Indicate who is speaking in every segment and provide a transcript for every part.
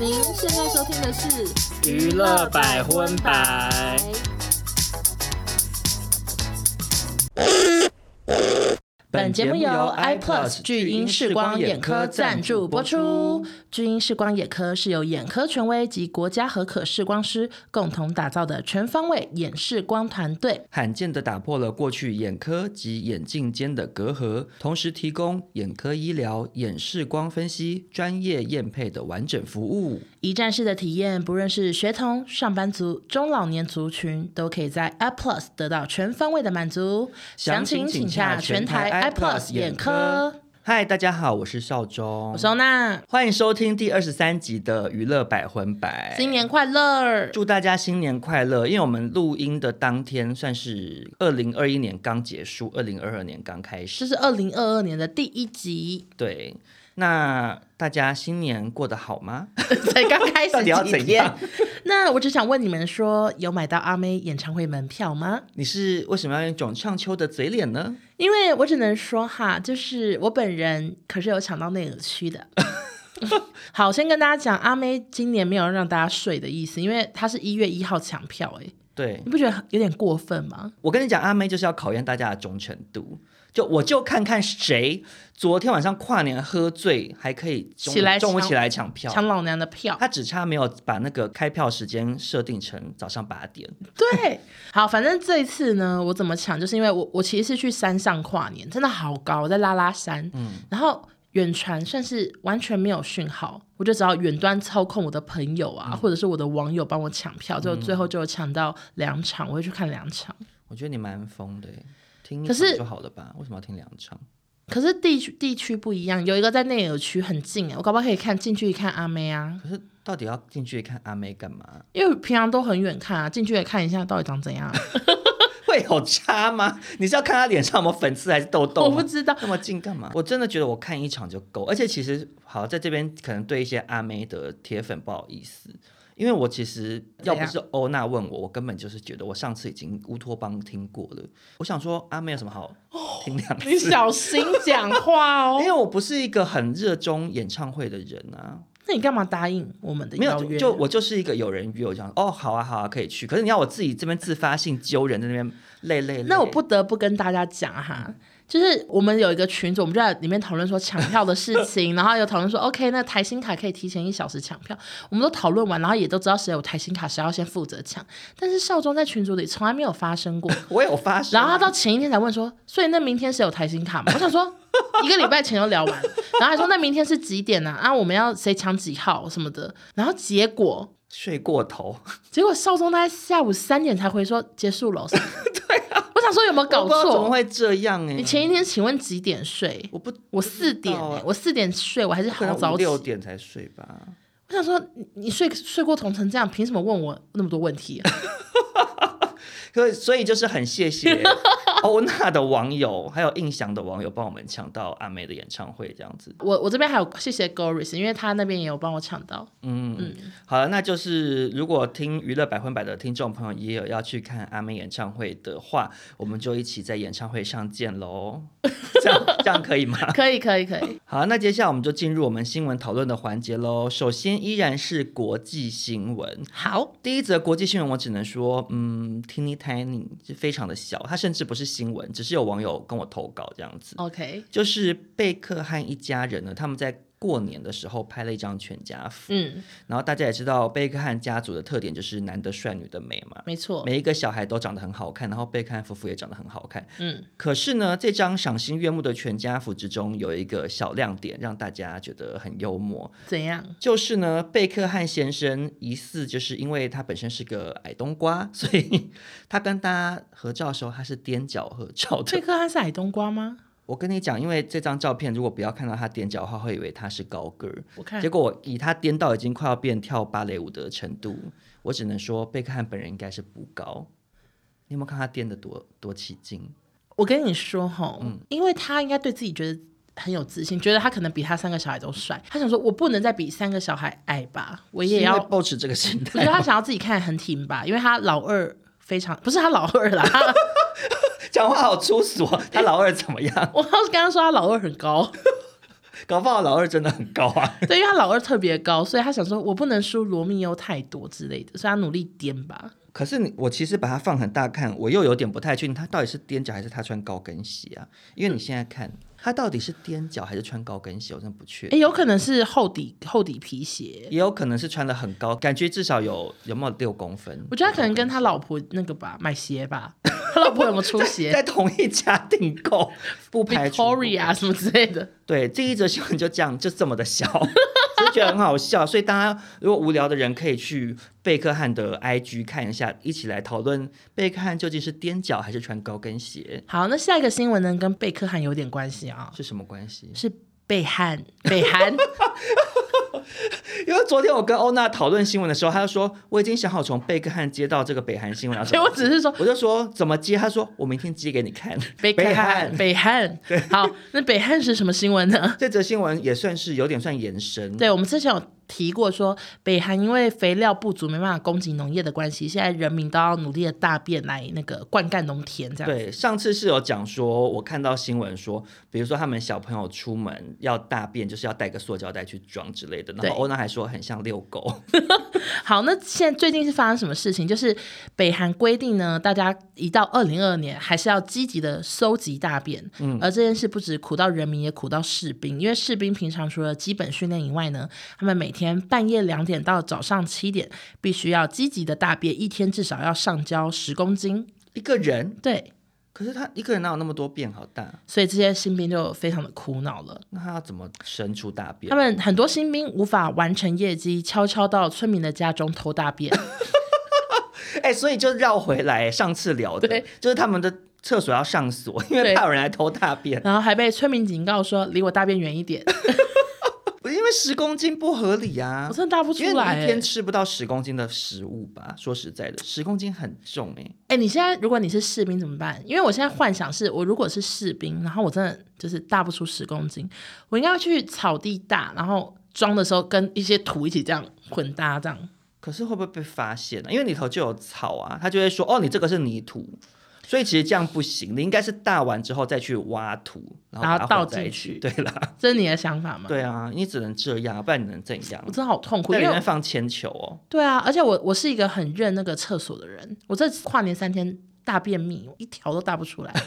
Speaker 1: 您现在收听的是《
Speaker 2: 娱乐百分百》。
Speaker 3: 本节目由 iPlus 巨婴视光眼科赞助播出。。巨婴视光眼科是由眼科权威及国家和可视光师共同打造的全方位眼视光团队。
Speaker 2: 罕见的打破了过去眼科及眼镜间的隔阂，同时提供眼科医疗、眼视光分析、专业验配的完整服务。
Speaker 3: 一站式的体验，不论是学童、上班族、中老年族群，都可以在 iPlus 得到全方位的满足。详情请洽全台 iPlus 眼科。。
Speaker 2: 嗨，大家好，我是邵忠，
Speaker 3: 我收纳，
Speaker 2: 欢迎收听第二十三集的娱乐百分百。
Speaker 3: 新年快乐！
Speaker 2: 祝大家新年快乐！因为我们录音的当天算是二零二一年刚结束，二零二二年刚开
Speaker 3: 这
Speaker 2: 始。
Speaker 3: 是二零二二年的第一集，
Speaker 2: 对，那大家新年过得好 吗？
Speaker 3: 才刚开始
Speaker 2: 到底要
Speaker 3: 几
Speaker 2: 怎
Speaker 3: 天
Speaker 2: 样？
Speaker 3: 那我只想问你们说，有买到阿妹演唱会门票吗？
Speaker 2: 你是为什么要用一种唱秋的嘴脸呢？
Speaker 3: 因为我只能说哈，就是我本人可是有抢到内耳区 的。好，先跟大家讲，阿妹今年没有让大家睡的意思，因为她是一月一号抢票、欸，
Speaker 2: 对
Speaker 3: 你不觉得有点过分吗？
Speaker 2: 我跟你讲，阿妹就是要考验大家的忠诚度。就我就看看谁昨天晚上跨年喝醉还可以中午
Speaker 3: 起来抢
Speaker 2: 中午起来抢票，
Speaker 3: 抢老娘的票，
Speaker 2: 他只差没有把那个开票时间设定成早上八点。
Speaker 3: 对，好，反正这一次呢，我怎么抢，就是因为我我其实是去山上跨年，真的好高，我在拉拉山，
Speaker 2: 嗯
Speaker 3: 然后远传算是完全没有讯号，我就只好远端操控我的朋友啊，
Speaker 2: 嗯
Speaker 3: 或者是我的网友帮我抢票，就最后就有抢到两场，我会去看两场。
Speaker 2: 我觉得你蛮疯的耶，欸听一
Speaker 3: 可是
Speaker 2: 场就好了吧？为什么要听两场？
Speaker 3: 可是地区地区不一样，有一个在内尔区很近，我搞不好可以看近距离看阿妹啊，
Speaker 2: 可是到底要进去看阿妹干嘛？
Speaker 3: 因为平常都很远看啊，近距离看一下到底长怎 样，
Speaker 2: 会有差吗？ 你是要看她脸上有没有粉刺还是痘痘
Speaker 3: 我
Speaker 2: 吗？
Speaker 3: 不知道。
Speaker 2: 那么近干嘛？我真的觉得我看一场就够，而且其实好在这边可能对一些阿妹的铁粉不好意思，因为我其实要不是欧娜问我，我根本就是觉得我上次已经乌托邦听过了。我想说阿妹有什么好听两
Speaker 3: 哦你
Speaker 2: 次？
Speaker 3: 小心讲话
Speaker 2: 因
Speaker 3: 哦！
Speaker 2: 为我不是一个很热衷演唱会的人啊，
Speaker 3: 那你干嘛答应我们的
Speaker 2: 没
Speaker 3: 邀
Speaker 2: 有
Speaker 3: 约？
Speaker 2: 就就我就是一个有人约我这样，哦好啊好啊可以去，可是你要我自己这边自发性揪人在那边累累累，
Speaker 3: 那我不得不跟大家讲啊哈，就是我们有一个群组，我们就在里面讨论说抢票的 事情，然后有讨论说 OK，那台新卡可以提前一小时抢票，我们都讨论完，然后也都知道谁有台新卡，谁要先负责抢。但是少庄在群组里从来没有发生 过，
Speaker 2: 我有发生啊
Speaker 3: 然后他到前一天才问说，所以那明天是有台新卡吗？我想说一个礼拜前就聊完，然后还说那明天是几点呢、啊？啊，我们要谁抢几号什么的，然后结果。
Speaker 2: 睡过头，
Speaker 3: 结果少宗大概下午三点才回说 结束了，对啊，我想说有没有搞
Speaker 2: 我不知道
Speaker 3: 错？
Speaker 2: 怎么会这样哎、
Speaker 3: 你前一天请问几点睡？
Speaker 2: 我不
Speaker 3: 我四点、
Speaker 2: 不知道
Speaker 3: 欸
Speaker 2: 啊，
Speaker 3: 我四点睡，我还是
Speaker 2: 可
Speaker 3: 好
Speaker 2: 能
Speaker 3: 早
Speaker 2: 五
Speaker 3: 起。
Speaker 2: 六
Speaker 3: 我
Speaker 2: 点才睡吧。
Speaker 3: 想说，你你睡睡过头成这样，凭什么问我那么多问题、 啊？
Speaker 2: 所以所以就是很 谢谢欧娜的网友，还有印翔的网友帮我们抢到阿妹的演唱会这样子。
Speaker 3: 我我这边还有谢谢 Goris，因为他那边也有帮我抢 到。
Speaker 2: 嗯，好了，那就是如果听娱乐百分百的听众朋友也有要去看阿妹演唱会的话，我们就一起在演唱会上见喽。这样这样可以吗？
Speaker 3: 可以可以可以，
Speaker 2: 好，那接下来我们就进入我们新闻讨论的环节喽。首先依然是国际新闻，
Speaker 3: 好，
Speaker 2: 第一则国际新闻，我只能说，嗯，teeny tiny 就非常的小，它甚至不是新闻，只是有网友跟我投稿这样子。
Speaker 3: OK，
Speaker 2: 就是贝克汉一家人呢，他们在过年的时候拍了一张全家福，
Speaker 3: 嗯，
Speaker 2: 然后大家也知道贝克汉家族的特点就是男的帅，女的美嘛。
Speaker 3: 没错，
Speaker 2: 每一个小孩都长得很好看，然后贝克汉夫妇也长得很好看。
Speaker 3: 嗯，
Speaker 2: 可是呢，这张赏心悦目的全家福之中有一个小亮点，让大家觉得很幽默。
Speaker 3: 怎样？
Speaker 2: 就是呢，贝克汉先生疑似就是因为他本身是个矮冬瓜，所以他跟大家合照的时候他是踮脚合照
Speaker 3: 贝
Speaker 2: 的。
Speaker 3: 克汉是矮冬瓜吗？
Speaker 2: 我跟你讲，因为这张照片如果不要看到他踮脚的话，会以为他是高个儿。
Speaker 3: 我看
Speaker 2: 结果以他颠到已经快要变跳芭蕾舞的程度，我只能说贝克汉本人应该是不高。你有没有看他颠的多多起劲？
Speaker 3: 我跟你说吼，
Speaker 2: 嗯
Speaker 3: 因为他应该对自己觉得很有自信，觉得他可能比他三个小孩都帅，他想说，我不能再比三个小孩矮吧，我也要
Speaker 2: 保持这个心
Speaker 3: 我觉得
Speaker 2: 态。
Speaker 3: 他想要自己看得很挺吧，因为他老二非常不是他老二啦，他
Speaker 2: 啊讲话好粗俗哦，他老二怎么样？
Speaker 3: 我刚刚说他老二很高，
Speaker 2: 搞不好老二真的很高啊。
Speaker 3: 对，因为他老二特别高，所以他想说，我不能输罗密欧太多之类的，所以他努力颠吧。
Speaker 2: 可是你，我其实把它放很大看，我又有点不太确定他到底是踮脚还是他穿高跟鞋啊？因为你现在看他到底是踮脚还是穿高跟鞋，我真的不确定。
Speaker 3: 哎，有可能是厚底厚底皮鞋，
Speaker 2: 也有可能是穿的很高，感觉至少有有没有六公分？
Speaker 3: 我觉得他可能跟他老婆那个吧，买鞋吧， 他老婆有没有出鞋
Speaker 2: 在同一家订购，不排除。
Speaker 3: ，Victoria 什么之类的。
Speaker 2: 对，这一则新闻就这样，就这么的小，就觉得很好笑。所以大家如果无聊的人，可以去贝克汉的 IG 看一下，一起来讨论贝克汉究竟是踮脚还是穿高跟鞋，
Speaker 3: 好，那下一个新闻呢，跟贝克汉有点关系啊、
Speaker 2: 是什么关系？
Speaker 3: 是贝汉，贝汉，
Speaker 2: 因为昨天我跟欧娜讨论新闻的时候，她就说我已经想好从贝克汉接到这个北韩新闻了。
Speaker 3: 所以我只是说
Speaker 2: 我就说怎么接，她说我明天接给你看。
Speaker 3: 贝克汉，
Speaker 2: 汉
Speaker 3: 北汉。好，那北汉是什么新闻呢？
Speaker 2: 这则新闻也算是有点算延伸，
Speaker 3: 对，我们之前有提过说，北韩因为肥料不足，没办法供给农业的关系，现在人民都要努力的大便来那个灌溉农田，这样。
Speaker 2: 对，上次是有讲说，我看到新闻说，比如说他们小朋友出门要大便，就是要带个塑胶袋去装之类的。然
Speaker 3: 对
Speaker 2: 后欧娜还说很像遛狗，
Speaker 3: 好，那现在最近是发生什么事情？就是北韩规定呢，大家一到二零二二年还是要积极的收集大便，而这件事不止苦到人民，也苦到士兵，因为士兵平常除了基本训练以外呢，他们每天半夜两点到早上七点必须要积极的大便，一天至少要上交十公斤，
Speaker 2: 一个人。
Speaker 3: 对，
Speaker 2: 可是他一个人哪有那么多便，好大？
Speaker 3: 所以这些新兵就非常的苦恼了。
Speaker 2: 那他要怎么生出大便
Speaker 3: 他？们很多新兵无法完成业绩，悄悄到村民的家中偷大 便。
Speaker 2: 哎、所以就绕回来上次聊的
Speaker 3: 对，
Speaker 2: 就是他们的厕所要上锁，因为
Speaker 3: 对
Speaker 2: 怕有人来偷大便。
Speaker 3: 然后还被村民警告说：“离我大便远一点。
Speaker 2: 因为十公斤不合理啊”
Speaker 3: 我，真的大不出
Speaker 2: 因为
Speaker 3: 来、
Speaker 2: 你一天
Speaker 3: 欸。
Speaker 2: 吃不到十公斤的食物吧？说实在的，十公斤很重哎、
Speaker 3: 哎、你现在如果你是士兵怎么办？因为我现在幻想是我如果是士兵，然后我真的就是大不出十公斤，我应该要去草地大，然后装的时候跟一些土一起这样混搭， 这样
Speaker 2: 可是会不会被发现啊呢、因为里头就有草啊，他就会说哦，你这个是泥土，所以其实这样不行，你应该是大完之后再去挖土，然后
Speaker 3: 然后
Speaker 2: 把它
Speaker 3: 倒
Speaker 2: 混在
Speaker 3: 进
Speaker 2: 一起
Speaker 3: 去
Speaker 2: 对 啦，
Speaker 3: 这是你的想法吗？，
Speaker 2: 对啊，你只能这样，不然你能怎样
Speaker 3: 我？真的好痛苦，
Speaker 2: 在
Speaker 3: 因
Speaker 2: 里
Speaker 3: 为
Speaker 2: 面放铅球哦，
Speaker 3: 对啊，而且我我是一个很认那个厕所的人，我这跨年三天大便秘，我一条都大不出来。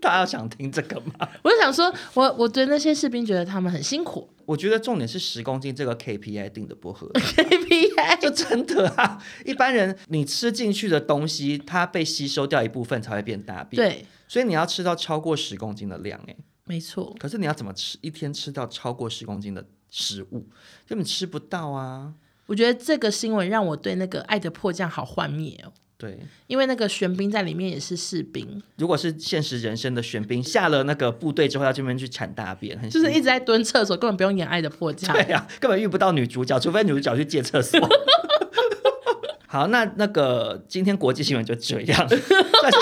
Speaker 2: 大家有想听这个吗？
Speaker 3: 我就想说，我我对那些士兵觉得他们很辛苦
Speaker 2: 我觉得重点是十公斤这个 KPI 定的 不合理，
Speaker 3: ，KPI
Speaker 2: 就真的啊，一般人你吃进去的东西，它被吸收掉一部分才会变大便，，
Speaker 3: 对，
Speaker 2: 所以你要吃到超过十公斤的量哎、
Speaker 3: 没错，
Speaker 2: 可是你要怎么吃？一天吃到超过十公斤的食物，根本吃不到啊！
Speaker 3: 我觉得这个新闻让我对那个《爱的迫降》好幻灭哦，
Speaker 2: 对，
Speaker 3: 因为那个玄彬在里面也是士兵，
Speaker 2: 如果是现实人生的玄彬下了那个部队之后，要这边去铲大便，很
Speaker 3: 就是一
Speaker 2: 辛
Speaker 3: 直在蹲厕所，根本不用演《爱的迫降
Speaker 2: 苦》对啊，根本遇不到女主角，除非女主角去借厕所。 好，那那个今天国际新闻就这样， 算是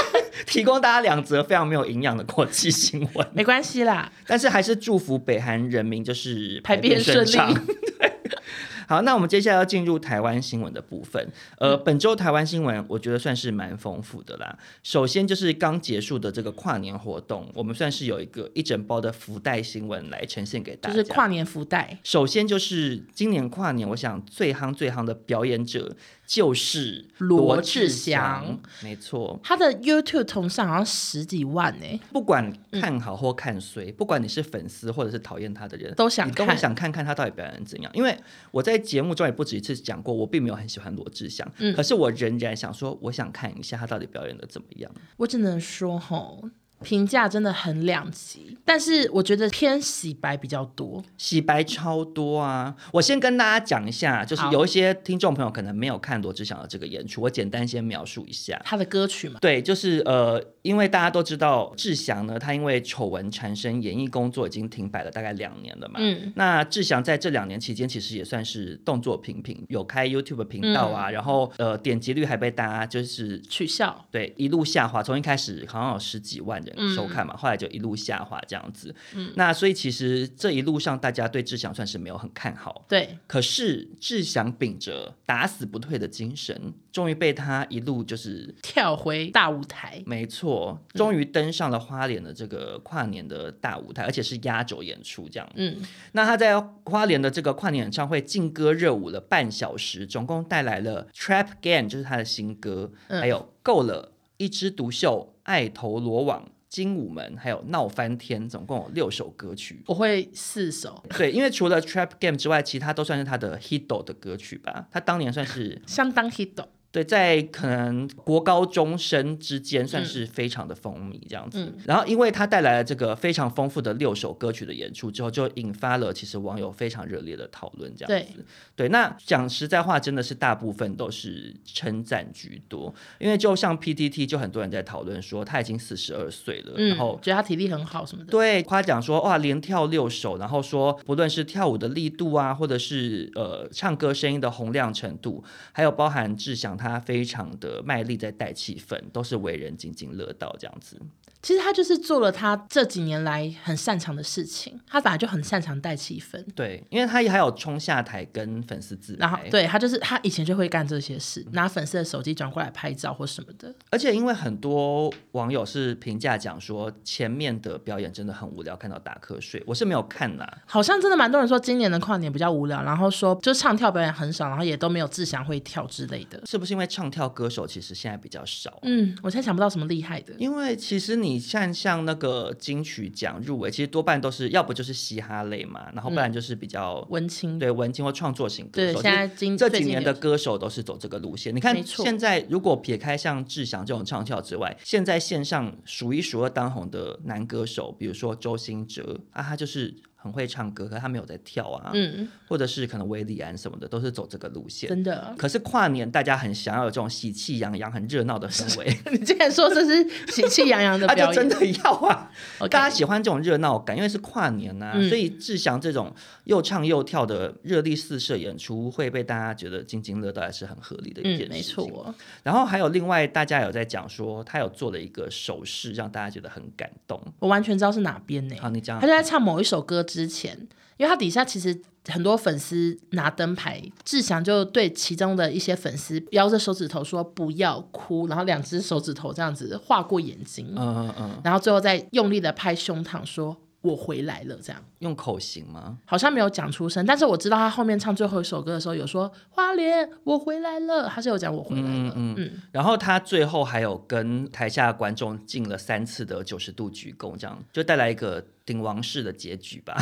Speaker 2: 提供大家两则非常没有营养的国际新闻，
Speaker 3: 没关系啦，
Speaker 2: 但是还是祝福北韩人民就是
Speaker 3: 排便顺利
Speaker 2: 畅。对， 好，那我们接下来要进入台湾新闻的部分。呃，
Speaker 3: 嗯
Speaker 2: 本周台湾新闻我觉得算是蛮丰富的啦。首先就是刚结束的这个跨年活动，我们算是有一个一整包的福袋新闻来呈现给大
Speaker 3: 就
Speaker 2: 家。
Speaker 3: 是跨年福袋，
Speaker 2: 首先就是今年跨年，我想最夯最夯的表演者就是
Speaker 3: 罗志
Speaker 2: 志
Speaker 3: 祥
Speaker 2: 祥，没错。
Speaker 3: 他的 YouTube 同上好像十几万欸呢、
Speaker 2: 不管
Speaker 3: 嗯
Speaker 2: 看好或看衰，不管你是粉丝或者是讨厌他的人，
Speaker 3: 都想
Speaker 2: 你都会
Speaker 3: 看
Speaker 2: 想看看他到底表演怎样。因为我在节目中也不止一次讲过，我并没有很喜欢罗志祥，
Speaker 3: 嗯
Speaker 2: 可是我仍然想说，我想看一下他到底表演的怎么样。
Speaker 3: 我只能说吼。评价真的很两极，但是我觉得偏洗白比较多。
Speaker 2: 洗白超多啊！我先跟大家讲一下，就是
Speaker 3: 好
Speaker 2: 有一些听众朋友可能没有看罗志祥的这个演出，我简单先描述一下。
Speaker 3: 他的歌曲嘛，
Speaker 2: 对，就是呃，因为大家都知道志祥呢，他因为丑闻缠身，演艺工作已经停摆了大概两年了嘛。
Speaker 3: 嗯，
Speaker 2: 那志祥在这两年期间，其实也算是动作频频，有开 YouTube 频道啊，然后呃点击率还被大家就是
Speaker 3: 取笑。
Speaker 2: 对一路下滑，从一开始好像有十几万人人收看嘛，后来就一路下滑这样子。那所以其实这一路上大家对志祥算是没有很看好，
Speaker 3: 对，
Speaker 2: 可是志祥秉着打死不退的精神，终于被他一路就是
Speaker 3: 跳回大舞台，
Speaker 2: 没错，终于登上了花莲的这个跨年的大舞台，而且是压轴演出这样。
Speaker 3: 嗯，
Speaker 2: 那他在花莲的这个跨年演唱会劲歌热舞了半小时，总共带来了《Trap Game》，就是他的新歌，
Speaker 3: 嗯
Speaker 2: 还有《够了》、《一枝独秀》、《爱投罗网》、《精武门》，还有《闹翻天》，总共有六首歌曲。
Speaker 3: 我会四首，
Speaker 2: 对，因为除了《Trap Game》之外，其他都算是他的 hit 的歌曲吧。他当年算是
Speaker 3: 相当 hit 哦
Speaker 2: 对，在可能国高中生之间算是非常的风靡这样子。
Speaker 3: 嗯
Speaker 2: 然后，因为他带来了这个非常丰富的六首歌曲的演出之后，就引发了其实网友非常热烈的讨论这样子。对，那讲实在话，真的是大部分都是称赞居多，因为就像 PTT 就很多人在讨论说他已经四十二岁了，
Speaker 3: 嗯，
Speaker 2: 然后
Speaker 3: 觉得他体力很好什么的，
Speaker 2: 对，夸奖说哇，连跳六首，然后说不论是跳舞的力度啊，或者是呃唱歌声音的洪亮程度，还有包含志祥他非常的卖力在带气氛，都是为人津津乐道这样子。
Speaker 3: 其实他就是做了他这几年来很擅长的事情，他本来就很擅长带气氛，
Speaker 2: 对，因为他也还有冲下台跟粉丝自
Speaker 3: 然后
Speaker 2: 拍，，
Speaker 3: 对他就是他以前就会干这些事，拿粉丝的手机转过来拍照或什么的，
Speaker 2: 而且因为很多网友是评价讲说前面的表演真的很无聊，看到打瞌睡，我是没有看啦，
Speaker 3: 好像真的蛮多人说今年的跨年比较无聊，然后说就唱跳表演很少，然后也都没有志祥会跳之类的。
Speaker 2: 是不是因为唱跳歌手其实现在比较少？
Speaker 3: 嗯，我现在想不到什么厉害的。
Speaker 2: 因为其实你像像那个金曲奖入围，其实多半都是要不就是嘻哈类嘛，然后不然就是比较、
Speaker 3: 嗯文青，
Speaker 2: 对文青或创作型歌
Speaker 3: 对，
Speaker 2: 手。
Speaker 3: 现在
Speaker 2: 其实
Speaker 3: 今
Speaker 2: 这
Speaker 3: 最
Speaker 2: 几
Speaker 3: 近
Speaker 2: 年
Speaker 3: 有
Speaker 2: 的歌手都是走这个路线。你看
Speaker 3: 没错
Speaker 2: 现在如果撇开像志祥这种唱跳之外，现在线上数一数二当红的男歌手，比如说周兴哲啊，他就是很会唱歌，可他没有在跳啊，
Speaker 3: 嗯，
Speaker 2: 或者是可能韦礼安什么的，都是走这个路线。
Speaker 3: 真的，
Speaker 2: 可是跨年大家很想要有这种喜气洋洋、很热闹的氛围。
Speaker 3: 你竟然说这是喜气洋洋的
Speaker 2: 他
Speaker 3: 表
Speaker 2: 啊就
Speaker 3: 演，
Speaker 2: 真的要啊！
Speaker 3: OK
Speaker 2: 大家喜欢这种热闹感，因为是跨年呐、
Speaker 3: 嗯
Speaker 2: 所以志祥这种又唱又跳的热力四射演出，会被大家觉得津津乐道，还是很合理的一件事情。
Speaker 3: 嗯，没错哦，
Speaker 2: 然后还有另外大家有在讲说，他有做了一个手势，让大家觉得很感动。
Speaker 3: 我完全知道是哪边呢、
Speaker 2: 好，啊你讲
Speaker 3: 他就。在唱某一首歌之前，因为他底下其实很多粉丝拿灯牌，志祥就对其中的一些粉丝摇着手指头说不要哭，然后两只手指头这样子划过眼睛，
Speaker 2: 嗯嗯嗯，
Speaker 3: 然后最后再用力的拍胸膛说我回来了，这样
Speaker 2: 用口型吗？
Speaker 3: 好像没有讲出声，但是我知道他后面唱最后一首歌的时候有说花莲我回来了，他是有讲我回来了，嗯
Speaker 2: 然后他最后还有跟台下观众敬了三次的九十度鞠躬，这样就带来一个鼎王式的结局吧。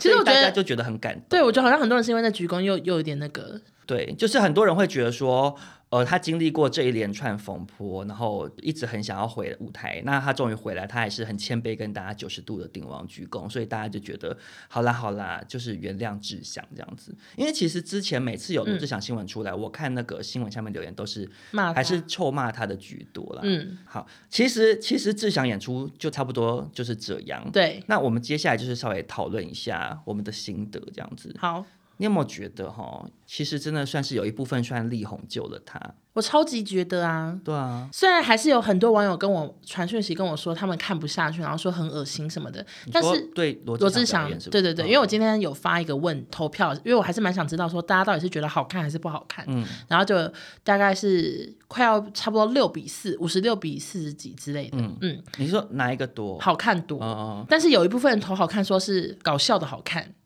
Speaker 3: 其实我
Speaker 2: 所以大
Speaker 3: 觉
Speaker 2: 家
Speaker 3: 得
Speaker 2: 就觉得很感动。
Speaker 3: 对我觉得好像很多人是因为那鞠躬又又有点那个，
Speaker 2: 对，就是很多人会觉得说，呃，他经历过这一连串风波，然后一直很想要回舞台，那他终于回来，他还是很谦卑跟大家九十度的顶王鞠躬，所以大家就觉得好啦好啦，就是原谅志祥这样子。因为其实之前每次有罗志祥新闻出来，我看那个新闻下面留言都是
Speaker 3: 嗯骂他
Speaker 2: 还是臭骂他的居多啦。
Speaker 3: 嗯，
Speaker 2: 好，其实其实志祥演出就差不多就是这样。
Speaker 3: 对，
Speaker 2: 那我们接下来就是稍微讨论一下我们的心得，这样子。
Speaker 3: 好。
Speaker 2: 你有没有觉得哈，其实真的算是有一部分算力宏救了他？
Speaker 3: 我超级觉得啊，
Speaker 2: 对啊，
Speaker 3: 虽然还是有很多网友跟我传讯息跟我说他们看不下去，然后说很恶心什么的，但
Speaker 2: 你
Speaker 3: 是
Speaker 2: 说对罗
Speaker 3: 罗
Speaker 2: 志
Speaker 3: 志祥
Speaker 2: 祥表演是，嗯不
Speaker 3: 对对
Speaker 2: 是，
Speaker 3: 对，因为我今天有发一个问投票，因为我还是蛮想知道说大家到底是觉得好看还是不好看，
Speaker 2: 嗯
Speaker 3: 然后就大概是快要差不多六比四，五十六比四十几之类的，
Speaker 2: 嗯
Speaker 3: 嗯
Speaker 2: 你说哪一个多？
Speaker 3: 好看多。
Speaker 2: 哦，
Speaker 3: 但是有一部分人投好看，说是搞笑的好看，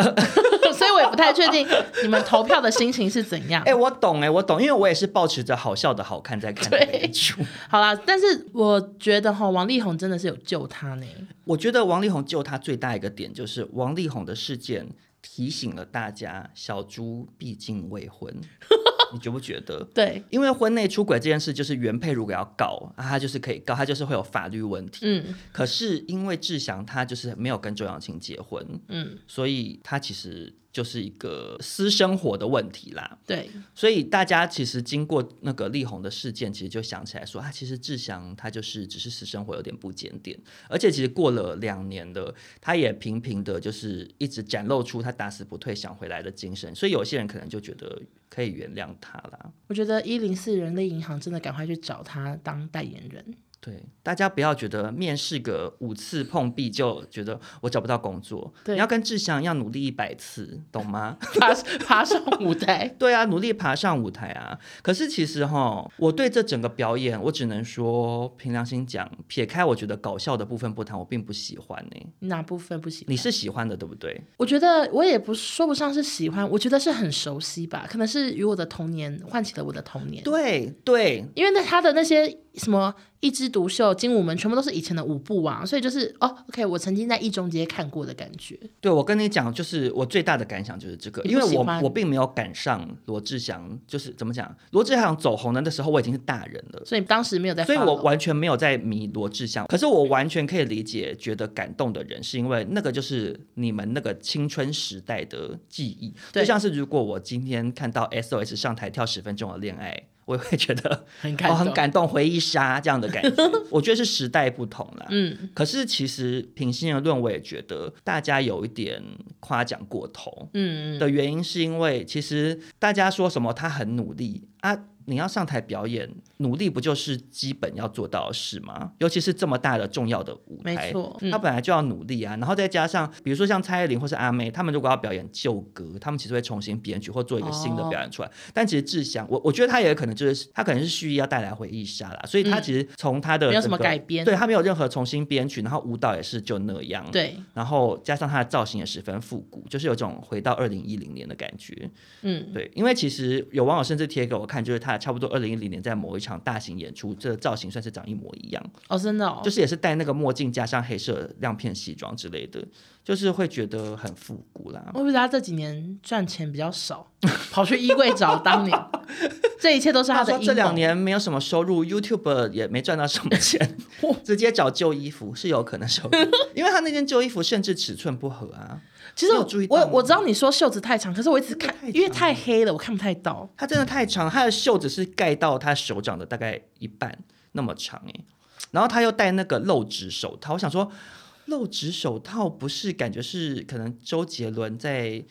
Speaker 3: 所以我也不太确定你们投票的心情是怎样
Speaker 2: 哎、。我懂哎、我懂，因为我也是保持着好笑的好看在看这个
Speaker 3: 对
Speaker 2: 演出。
Speaker 3: 好啦，但是我觉得哈，王力宏真的是有救他呢。
Speaker 2: 我觉得王力宏救他最大一个点就是王力宏的事件提醒了大家，小猪毕竟未婚，你觉不觉得？
Speaker 3: 对，
Speaker 2: 因为婚内出轨这件事，就是原配如果要告啊，他就是可以告，他就是会有法律问题。
Speaker 3: 嗯
Speaker 2: 可是因为志祥他就是没有跟周扬青结婚，
Speaker 3: 嗯，
Speaker 2: 所以他其实就是一个私生活的问题啦。
Speaker 3: 对，
Speaker 2: 所以大家其实经过那个力宏的事件，其实就想起来说啊，其实志祥他就是只是私生活有点不检点，而且其实过了两年了，他也频频的就是一直展露出他打死不退想回来的精神，所以有些人可能就觉得可以原谅他啦。
Speaker 3: 我觉得一零四人力银行真的赶快去找他当代言人。
Speaker 2: 对，大家不要觉得面试个五次碰壁就觉得我找不到工作，
Speaker 3: 对
Speaker 2: 你要跟志祥一样努力一百次，懂吗？
Speaker 3: 爬爬上舞台，
Speaker 2: 对啊，努力爬上舞台啊！可是其实哈，我对这整个表演，我只能说凭良心讲，撇开我觉得搞笑的部分不谈，我并不喜欢呢、
Speaker 3: 哪部分不行？
Speaker 2: 你是喜欢的，对不对？
Speaker 3: 我觉得我也不说不上是喜欢，我觉得是很熟悉吧，可能是与我的童年唤起了我的童年。，
Speaker 2: 对对，
Speaker 3: 因为那他的那些什么一枝独秀、精武门，全部都是以前的舞步啊，所以就是哦，OK，我曾经在一中街看过的感觉。
Speaker 2: 对，我跟你讲，就是我最大的感想就是这个，
Speaker 3: 你
Speaker 2: 因
Speaker 3: 不
Speaker 2: 为
Speaker 3: 喜
Speaker 2: 我
Speaker 3: 欢
Speaker 2: 我并没有赶上罗志祥，就是怎么讲，罗志祥走红的那时候我已经是大人了。
Speaker 3: 所以当时没有在，
Speaker 2: 所以我完全没有在迷罗志祥，可是我完全可以理解，觉得感动的人，是因为那个就是你们那个青春时代的记忆。
Speaker 3: 对
Speaker 2: 就像是如果我今天看到 SOS 上台跳十分钟的恋爱，我也会觉得
Speaker 3: 很感
Speaker 2: 哦
Speaker 3: 动，
Speaker 2: 很感动，回忆杀这样的感 觉。我觉得是时代不同啦。
Speaker 3: 嗯，
Speaker 2: 可是其实平心而论，我也觉得大家有一点夸奖过头。
Speaker 3: 嗯嗯，
Speaker 2: 的原因是因为其实大家说什么他很努力啊，你要上台表演，努力不就是基本要做到的事吗？尤其是这么大的重要的舞台，
Speaker 3: 没错嗯
Speaker 2: 他本来就要努力啊。然后再加上比如说像蔡依林或是阿妹，他们如果要表演旧歌，他们其实会重新编曲或做一个新
Speaker 3: 哦
Speaker 2: 的表演出来。但其实志祥，我我觉得他也可能就是他可能是蓄意要带来回忆杀啦，所以他
Speaker 3: 嗯
Speaker 2: 其实从他的、
Speaker 3: 没有什么改编
Speaker 2: 对他没有任何重新编曲，然后舞蹈也是就那样，
Speaker 3: 对，
Speaker 2: 然后加上它的造型也十分复古，就是有种回到二零一零年的感觉。
Speaker 3: 嗯，
Speaker 2: 对，因为其实有网友甚至贴给我看，就是他差不多二零一零年在某一场大型演出，这个造型算是长一模一样，
Speaker 3: 哦，真的哦，
Speaker 2: 就是也是戴那个墨镜加上黑色亮片西装之类的，就是会觉得很复古啦。
Speaker 3: 我不知道他这几年赚钱比较少，跑去衣柜找当年，这一切都是他
Speaker 2: 他
Speaker 3: 的
Speaker 2: 说
Speaker 3: 阴谋。
Speaker 2: 这两年没有什么收入，YouTube 也没赚到什么 钱，直接找旧衣服是有可能收入，因为他那件旧衣服甚至尺寸不合啊。
Speaker 3: 其实
Speaker 2: 你有
Speaker 3: 我
Speaker 2: 注意到
Speaker 3: 我
Speaker 2: 吗
Speaker 3: 我知道你说袖子太长，可是我一直看
Speaker 2: 太，长哦
Speaker 3: 因为太黑了，我看不太到。
Speaker 2: 它真的太长，它的袖子是盖到他手掌的大概一半那么长哎、然后他又戴那个露指手套，我想说，露指手套不是感觉是可能周杰伦在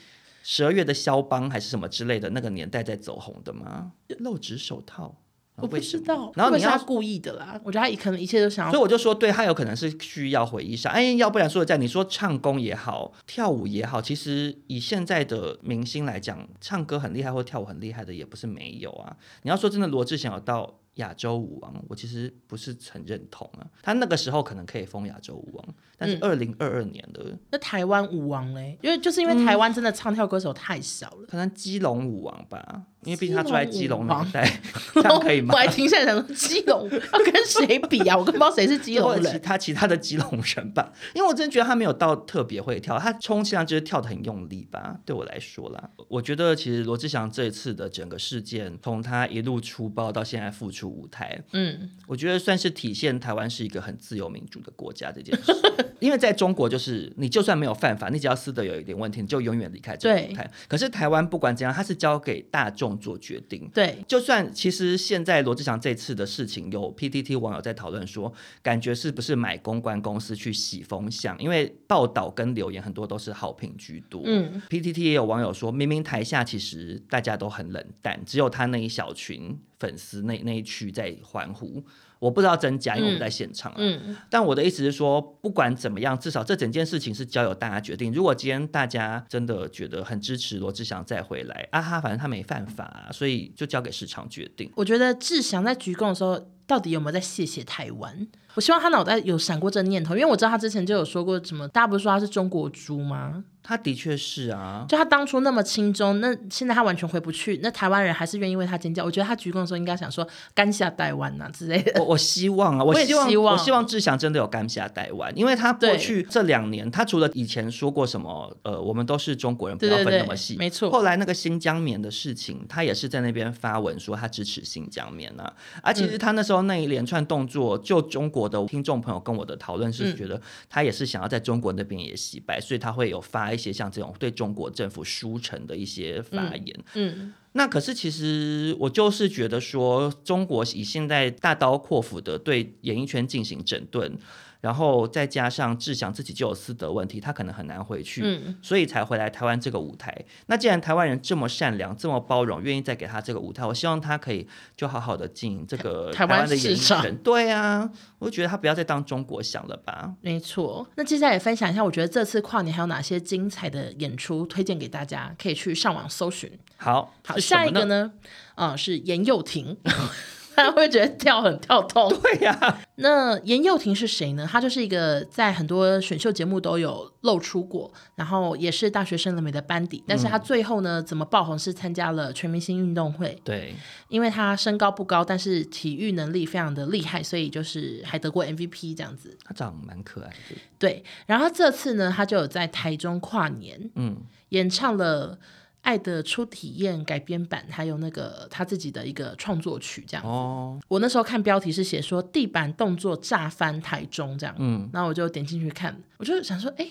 Speaker 2: 十二月的肖邦还是什么之类的那个年代在走红的吗？露指手套，
Speaker 3: 我不
Speaker 2: 为什
Speaker 3: 知
Speaker 2: 么
Speaker 3: 道，
Speaker 2: 然后
Speaker 3: 会不会
Speaker 2: 你
Speaker 3: 是他
Speaker 2: 要
Speaker 3: 故意的啦。我觉得他可能一切都想
Speaker 2: 所以
Speaker 3: 要，
Speaker 2: 我就说，对他有可能是需要回忆杀，哎，要不然说实在，你说唱功也好，跳舞也好，其实以现在的明星来讲，唱歌很厉害或跳舞很厉害的也不是没有啊。你要说真的，罗志祥有到亚洲舞王，我其实不是很认同啊。他那个时候可能可以封亚洲舞王，但是二零二二年的、
Speaker 3: 那台湾舞王嘞，因为就是因
Speaker 2: 嗯
Speaker 3: 为台湾真的唱跳歌手太少了。
Speaker 2: 可能基隆舞王吧，因为毕竟他住在基隆
Speaker 3: 基隆舞
Speaker 2: 那
Speaker 3: 王
Speaker 2: 一带， 这样可以吗
Speaker 3: 我？还停下来想说，基隆要跟谁比啊？我根本不知道谁是基
Speaker 2: 或
Speaker 3: 隆
Speaker 2: 者其
Speaker 3: 人。
Speaker 2: 他其他的基隆人吧， 因为我真的觉得他没有到特别会跳，他充其量就是跳的很用力吧。对我来说啦，我觉得其实罗志祥这一次的整个事件，从他一路出包到现在复出舞台，
Speaker 3: 嗯，
Speaker 2: 我觉得算是体现台湾是一个很自由民主的国家这件 事。因为在中国，就是你就算没有犯法，你只要私德有一点问题，你就永远离开这个
Speaker 3: 对
Speaker 2: 舞台。可是台湾不管怎样，它是交给大众做决定，
Speaker 3: 对，
Speaker 2: 就算其实现在罗志祥这次的事情，有 PTT 网友在讨论说，感觉是不是买公关公司去洗风向？因为报道跟留言很多都是好评居多。
Speaker 3: 嗯
Speaker 2: ，PTT 也有网友说，明明台下其实大家都很冷淡，只有他那一小群粉丝那那一区在欢呼。我不知道真假，因为我们在现场、啊
Speaker 3: 嗯，
Speaker 2: 但我的意思是说，不管怎么样，至少这整件事情是交由大家决定。如果今天大家真的觉得很支持罗志祥再回来，啊哈，反正他没犯法、啊所以就交给市场决定。
Speaker 3: 我觉得志祥在鞠躬的时候。到底有没有在谢谢台湾？我希望他脑袋有闪过这念头，因为我知道他之前就有说过什么，大家不是说他是中国猪吗？
Speaker 2: 他的确是啊，
Speaker 3: 就他当初那么轻松，那现在他完全回不去，那台湾人还是愿意为他尖叫。我觉得他鞠躬的时候应该想说“干下台湾”呐之类的。
Speaker 2: 我我希望啊，我
Speaker 3: 也
Speaker 2: 希望
Speaker 3: 希望
Speaker 2: 我希望志祥真的有甘下台湾，因为他过
Speaker 3: 对
Speaker 2: 去这两年，他除了以前说过什么，呃，我们都是中国人，不
Speaker 3: 对
Speaker 2: 要
Speaker 3: 对
Speaker 2: 分
Speaker 3: 对
Speaker 2: 那么细，
Speaker 3: 没错
Speaker 2: 后来那个新疆棉的事情，他也是在那边发文说他支持新疆棉啊，而、其实
Speaker 3: 嗯
Speaker 2: 他那时候那一连串动作，就中国的听众朋友跟我的讨论是
Speaker 3: 嗯
Speaker 2: 觉得他也是想要在中国那边也洗白，所以他会有发一些像这种对中国政府输诚的一些发言。
Speaker 3: 嗯，
Speaker 2: 那可是，其实我就是觉得说，中国以现在大刀阔斧的对演艺圈进行整顿，然后再加上志祥自己就有私德问题，他可能很难回去，
Speaker 3: 嗯
Speaker 2: 所以才回来台湾这个舞台。那既然台湾人这么善良、这么包容，愿意再给他这个舞台，我希望他可以就好好的经营这个
Speaker 3: 台
Speaker 2: 台
Speaker 3: 湾
Speaker 2: 湾的演艺
Speaker 3: 市场
Speaker 2: 圈。对啊，我就觉得他不要再当中国想了吧。
Speaker 3: 没错。那接下来也分享一下，我觉得这次跨年还有哪些精彩的演出推荐给大家，可以去上网搜寻。
Speaker 2: 好，
Speaker 3: 好，
Speaker 2: 是什
Speaker 3: 下
Speaker 2: 么
Speaker 3: 一个
Speaker 2: 呢？
Speaker 3: 呢？啊、是严幼婷， 他会觉得跳很跳痛。
Speaker 2: 对呀、
Speaker 3: 那严幼婷是谁呢？她就是一个在很多选秀节目都有露出过，然后也是大学生了美的班底。但是她
Speaker 2: 嗯
Speaker 3: 最后呢，怎么爆红是参加了全明星运动会，
Speaker 2: 对，
Speaker 3: 因为她身高不高，但是体育能力非常的厉害，所以就是还得过 MVP 这样子。
Speaker 2: 他长得蛮可爱的。
Speaker 3: 对，然后这次呢，她就有在台中跨年
Speaker 2: 嗯，
Speaker 3: 演唱了《爱的初体验》改编版，还有那个她自己的一个创作曲这样子。
Speaker 2: 哦，
Speaker 3: 我那时候看标题是写说地板动作炸翻台中这样，嗯，然后我就点进去看，我就想说，哎、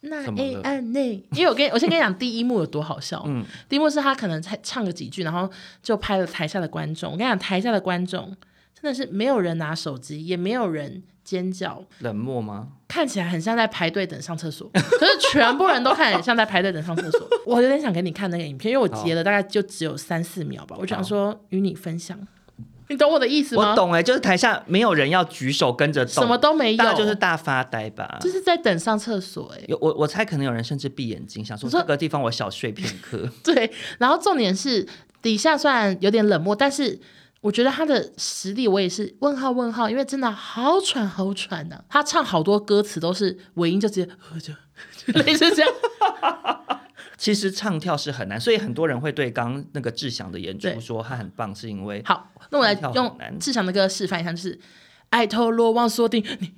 Speaker 3: 那
Speaker 2: 怎么
Speaker 3: 哎
Speaker 2: 了
Speaker 3: 暗内，因为我跟我先跟你讲第一幕有多好笑，嗯，第一幕是他可能才唱个几句，然后就拍了台下的观众。我跟你讲，台下的观众真的是没有人拿手机，也没有人尖叫，
Speaker 2: 冷漠吗？
Speaker 3: 看起来很像在排队等上厕所， 可是全部人都看起来像在排队等上厕 所。我有点想给你看那个影片，因为我截了大概就只有三四秒吧，我就想说与你分享，你懂我的意思吗？
Speaker 2: 我懂哎、就是台下没有人要举手跟着动，
Speaker 3: 什么都没
Speaker 2: 大
Speaker 3: 有，
Speaker 2: 家就是大发呆吧。
Speaker 3: 就是在等上厕所哎、欸
Speaker 2: 有我我猜可能有人甚至闭眼睛想说
Speaker 3: 你说
Speaker 2: 这个地方我小睡片刻。
Speaker 3: 对，然后重点是底下虽然有点冷漠，但是我觉得他的实力我也是问号问号，因为真的好喘好喘呐、他唱好多歌词都是尾音就直接呃就 就类似这样，
Speaker 2: 其实唱跳是很难，所以很多人会对刚刚那个志祥的演
Speaker 3: 对
Speaker 2: 出说他很棒，是因为
Speaker 3: 好，那我来
Speaker 2: 唱跳很
Speaker 3: 用
Speaker 2: 难
Speaker 3: 志祥的歌示范一下，就是爱透罗网锁定你，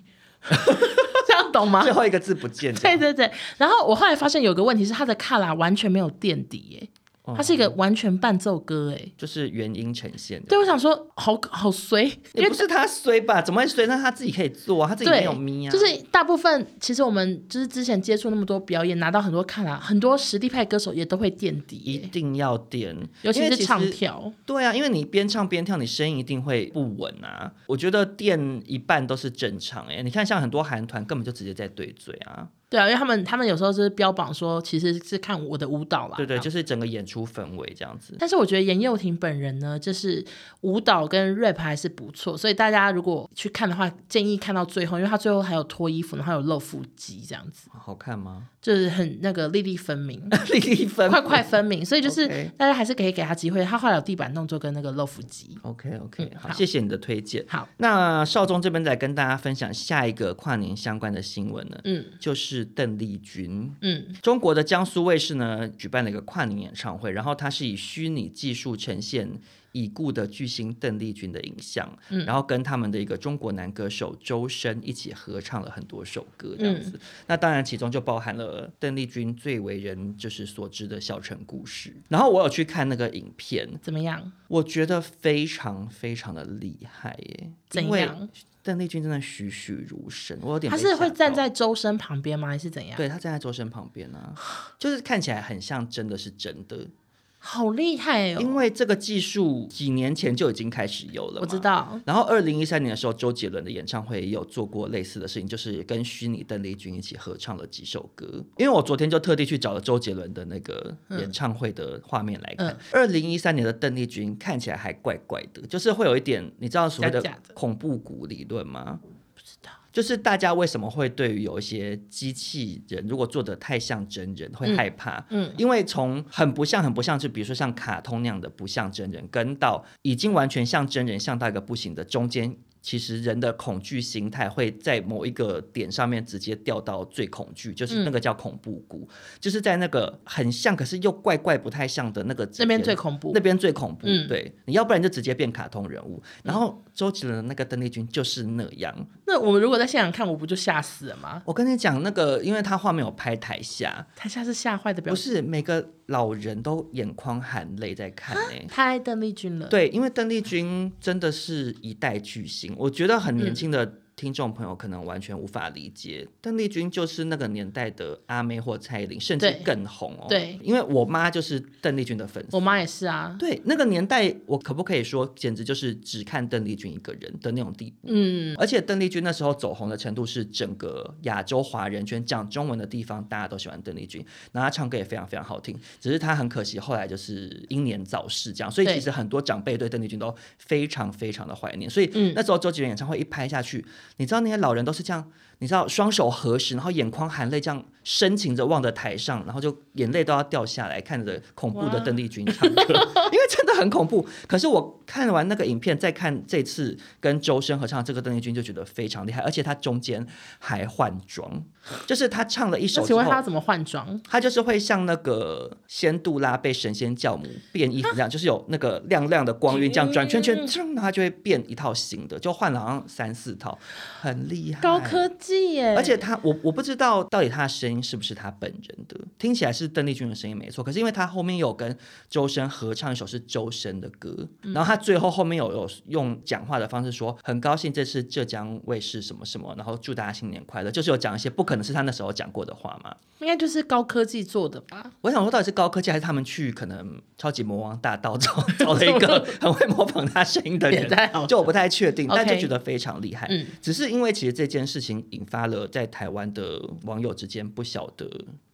Speaker 3: 这样懂吗
Speaker 2: 最？后一个字不见。
Speaker 3: 对对对，然后我后来发现有个问题是他的卡拉完全没有垫底耶、
Speaker 2: 哦
Speaker 3: 它是一个完全伴奏歌哎、
Speaker 2: 就是原因呈现的。
Speaker 3: 对，我想说好好衰，因
Speaker 2: 也
Speaker 3: 为
Speaker 2: 不是他衰吧？怎么会衰？那他自己可以做啊，他自己
Speaker 3: 对，
Speaker 2: 没有咪啊。
Speaker 3: 就是大部分其实我们就是之前接触那么多表演，拿到很多看啦，很多实力派歌手也都会垫底
Speaker 2: 一
Speaker 3: 耶，
Speaker 2: 定要点，
Speaker 3: 尤其
Speaker 2: 因为
Speaker 3: 是唱
Speaker 2: 实
Speaker 3: 跳。
Speaker 2: 对啊，因为你边唱边跳，你声音一定会不稳啊。我觉得垫一半都是正常哎、你看像很多韩团根本就直接在对嘴啊，
Speaker 3: 对啊，因为他们他们有时候就是标榜说其实是看我的舞蹈啦，
Speaker 2: 对
Speaker 3: 这
Speaker 2: 对，
Speaker 3: 样
Speaker 2: 就是整个演出氛围这样子。
Speaker 3: 但是我觉得严幼婷本人呢，就是舞蹈跟 rap 还是不错，所以大家如果去看的话，建议看到最后，因为她最后还有脱衣服，然后还有露腹肌这样子，
Speaker 2: 好看吗？
Speaker 3: 就是很那个粒粒分明。
Speaker 2: 丽丽分
Speaker 3: 块块分明，所以就是
Speaker 2: OK
Speaker 3: 大家还是可以给他机会。他后来有地板动作跟那个露腹肌，
Speaker 2: OK OK，、
Speaker 3: 嗯
Speaker 2: 好，
Speaker 3: 好
Speaker 2: 谢谢你的推荐。
Speaker 3: 好，
Speaker 2: 那少中这边再跟大家分享下一个跨年相关的新闻呢，
Speaker 3: 嗯
Speaker 2: 就是邓丽君。
Speaker 3: 嗯，
Speaker 2: 中国的江苏卫视呢举办了一个跨年演唱会，然后它是以虚拟技术呈现已故的巨星邓丽君的影像，
Speaker 3: 嗯
Speaker 2: 然后跟他们的一个中国男歌手周深一起合唱了很多首歌，这样
Speaker 3: 嗯
Speaker 2: 子。那当然其中就包含了邓丽君最为人就是所知的小城故事。然后我有去看那个影片，
Speaker 3: 怎么样？
Speaker 2: 我觉得非常非常的厉害耶，
Speaker 3: 怎
Speaker 2: 因为
Speaker 3: 样？
Speaker 2: 邓丽君真的栩栩如生，我有点
Speaker 3: 他
Speaker 2: 被
Speaker 3: 是
Speaker 2: 吓
Speaker 3: 会站
Speaker 2: 到
Speaker 3: 在周深旁边吗？还是怎样？
Speaker 2: 对，他站在周深旁边 啊，就是看起来很像真的是真的，
Speaker 3: 好厉害哦！
Speaker 2: 因为这个技术几年前就已经开始有了，
Speaker 3: 我知。道，
Speaker 2: 然后二零一三年的时候，周杰伦的演唱会也有做过类似的事情，就是跟虚拟邓丽君一起合唱了几首歌。因为我昨天就特地去找了周杰伦的那个演唱会的画面来看
Speaker 3: 嗯，
Speaker 2: 二零一三年的邓丽君看起来还怪怪的，就是会有一点你知道所谓的
Speaker 3: 假假的
Speaker 2: 恐怖谷理论吗？就是大家为什么会对于有一些机器人如果做的太像真人会害怕？
Speaker 3: 嗯
Speaker 2: 嗯，因为从很不像、很不像，就比如说像卡通那样的不像真人，跟到已经完全像真人、像到一个不行的中间。其实人的恐惧心态会在某一个点上面直接掉到最恐惧，
Speaker 3: 嗯
Speaker 2: 就是那个叫恐怖谷，就是在那个很像可是又怪怪不太像的那个之
Speaker 3: 那边
Speaker 2: 间
Speaker 3: 最恐怖
Speaker 2: 那边最恐怖。
Speaker 3: 嗯
Speaker 2: 对，你要不然就直接变卡通人物。然后周杰伦的那个邓丽君就是那样，
Speaker 3: 那我们如果在现场看，我不就吓死了吗？
Speaker 2: 我跟你讲，那个因为他画面有拍台下，
Speaker 3: 台下是吓坏的表
Speaker 2: 不
Speaker 3: 情，
Speaker 2: 是每个老人都眼眶含泪在看欸诶、
Speaker 3: 太爱邓丽君了。
Speaker 2: 对，因为邓丽君真的是一代巨星，我觉得很年轻的听众朋友可能完全无法理解，邓丽君就是那个年代的阿妹或蔡依林，甚至
Speaker 3: 对
Speaker 2: 更红哦。
Speaker 3: 对
Speaker 2: 因为我妈就是邓丽君的粉丝
Speaker 3: 我。妈也是啊，
Speaker 2: 对，那个年代，我可不可以说，简直就是只看邓丽君一个人的那种地步？
Speaker 3: 嗯，
Speaker 2: 而且邓丽君那时候走红的程度是整个亚洲华人圈讲中文的地方，大家都喜欢邓丽君，然后她唱歌也非常非常好听。只是她很可惜，后来就是英年早逝这样，所以
Speaker 3: 对
Speaker 2: 其实很多长辈对邓丽君都非常非常的怀念。所以
Speaker 3: 嗯
Speaker 2: 那时候周杰伦演唱会一拍下去，你知道那些老人都是这样，你知道双手合十，然后眼眶含泪这样深情着望着台上，然后就眼泪都要掉下来，看着恐怖的
Speaker 3: 哇
Speaker 2: 邓丽君唱歌，因为真的很恐怖。可是我看完那个影片，再看这次跟周深合唱这个邓丽君，就觉得非常厉害，而且她中间还换装， 就是她唱了一
Speaker 3: 那
Speaker 2: 首之
Speaker 3: 请
Speaker 2: 后
Speaker 3: 问。她要怎么换装？
Speaker 2: 她就是会像那个仙杜拉被神仙教母变衣服 这样，就是有那个亮亮的光晕这样转圈圈，
Speaker 3: 嗯
Speaker 2: 噌然后她就会变一套新的，就换了好像三四套，很厉害，
Speaker 3: 高科技耶！
Speaker 2: 哎而且他，我我不知道到底他的声音是不是他本人的，听起来是邓丽君的声音没错。可是因为他后面有跟周深合唱一首是周深的歌，
Speaker 3: 嗯
Speaker 2: 然后他最后后面有有用讲话的方式说，很高兴这次浙江卫视什么什么，然后祝大家新年快乐，就是有讲一些不可能是他那时候讲过的话嘛。
Speaker 3: 应该就是高科技做的吧？
Speaker 2: 我想说，到底是高科技还是他们去可能超级魔王大道找找了一 个很会模仿他声音的
Speaker 3: 也
Speaker 2: 人
Speaker 3: 太好，
Speaker 2: 就我不太确定，但就
Speaker 3: OK
Speaker 2: 觉得非常厉害。
Speaker 3: 嗯
Speaker 2: 只是因为其实这件事情引发了在台湾的网友之间不小的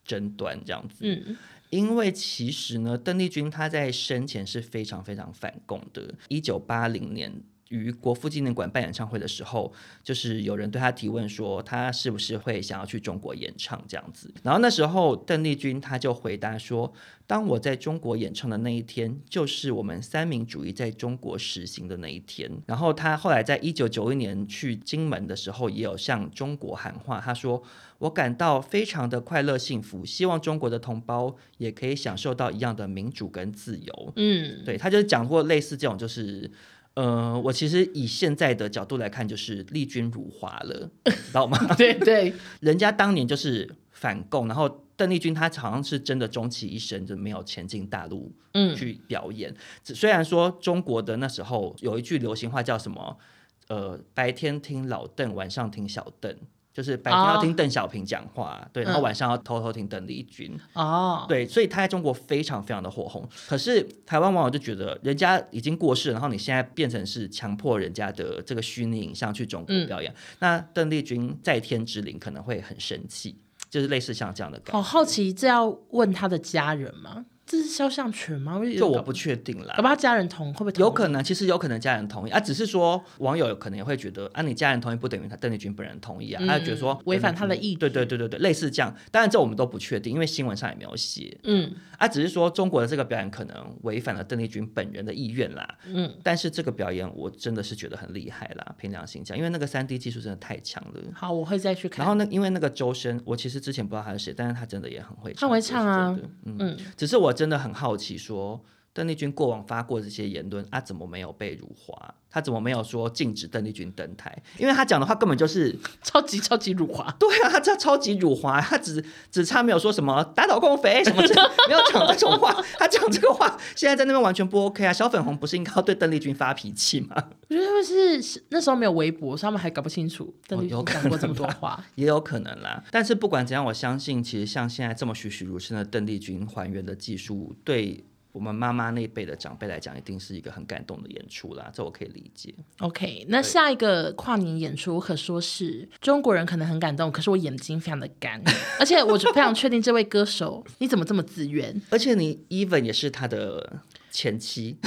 Speaker 2: 争端，这样子。
Speaker 3: 嗯，
Speaker 2: 因为其实呢，邓丽君她在生前是非常非常反共的。一九八零年。于国父纪念馆办演唱会的时候，就是有人对她提问说，她是不是会想要去中国演唱这样子？然后那时候邓丽君她就回答说，当我在中国演唱的那一天，就是我们三民主义在中国实行的那一天。然后她后来在一九九一年去金门的时候，也有向中国喊话，她说：“我感到非常的快乐幸福，希望中国的同胞也可以享受到一样的民主跟自由。
Speaker 3: 嗯，
Speaker 2: 对他就是讲过类似这种，就是。呃，我其实以现在的角度来看，就是丽君如花了，知道吗？
Speaker 3: 对对，
Speaker 2: 人家当年就是反共，然后邓丽君她好像是真的终其一生就没有前进大陆
Speaker 3: 嗯
Speaker 2: 去表演。只虽然说中国的那时候有一句流行话叫什么，呃，白天听老邓，晚上听小邓。就是白天要听邓小平讲话，对，然后
Speaker 3: 哦嗯
Speaker 2: 晚上要偷偷听邓丽君，
Speaker 3: 哦，
Speaker 2: 对，所以她在中国非常非常的火红。可是台湾网友就觉得，人家已经过世，然后你现在变成是强迫人家的这个虚拟影像去中国
Speaker 3: 嗯
Speaker 2: 表演，那邓丽君在天之灵可能会很生气，就是类似像这样的感觉。
Speaker 3: 好好奇，这要问他的家人吗？这是肖像权吗？有点
Speaker 2: 就我
Speaker 3: 搞
Speaker 2: 不确定啦
Speaker 3: 搞，不好他家人同会不会同意
Speaker 2: 有可能，其实有可能家人同意啊，只是说网友有可能也会觉得啊，你家人同意不等于他邓丽君本人同意啊，
Speaker 3: 嗯
Speaker 2: 他就觉得说哎
Speaker 3: 违反他的意
Speaker 2: 对对对对对，类似这样。当然这我们都不确定，因为新闻上也没有写
Speaker 3: 嗯
Speaker 2: 啊，只是说中国的这个表演可能违反了邓丽君本人的意愿啦。
Speaker 3: 嗯，
Speaker 2: 但是这个表演我真的是觉得很厉害啦，凭良心讲，因为那个三 D 技术真的太强了。
Speaker 3: 好，我会再去看。
Speaker 2: 然后那因为那个周深，我其实之前不知道他是谁，但是他真的也很会唱，
Speaker 3: 他很会唱啊
Speaker 2: 这是真的嗯，
Speaker 3: 嗯，
Speaker 2: 只是我真的很好奇说。邓丽君过往发过这些言论啊，怎么没有被辱华？他怎么没有说禁止邓丽君登台？因为他讲的话根本就是
Speaker 3: 超级超级辱华，
Speaker 2: 对啊，他这超级辱华，他只只差没有说什么打倒共匪什么这， 没有讲这种话。他讲这个话，现在在那边完全不 OK 啊！小粉红不是应该要对邓丽君发脾气吗？
Speaker 3: 我觉得他们是是那时候没有微博，所以他们还搞不清楚邓丽
Speaker 2: 哦有
Speaker 3: 君
Speaker 2: 可
Speaker 3: 讲过
Speaker 2: 能啊
Speaker 3: 这么多
Speaker 2: 吧
Speaker 3: 话。
Speaker 2: 也有可能啦。但是不管怎样，我相信其实像现在这么栩栩如生的邓丽君还原的技术，对我们妈妈那一辈的长辈来讲，一定是一个很感动的演出啦。这我可以理解。
Speaker 3: OK，那下一个跨年演出，我可说是中国人可能很感动，可是我眼睛非常的干，而且我就非常确定这位歌手你怎么这么自愿？
Speaker 2: 而且你 even 也是她的前妻，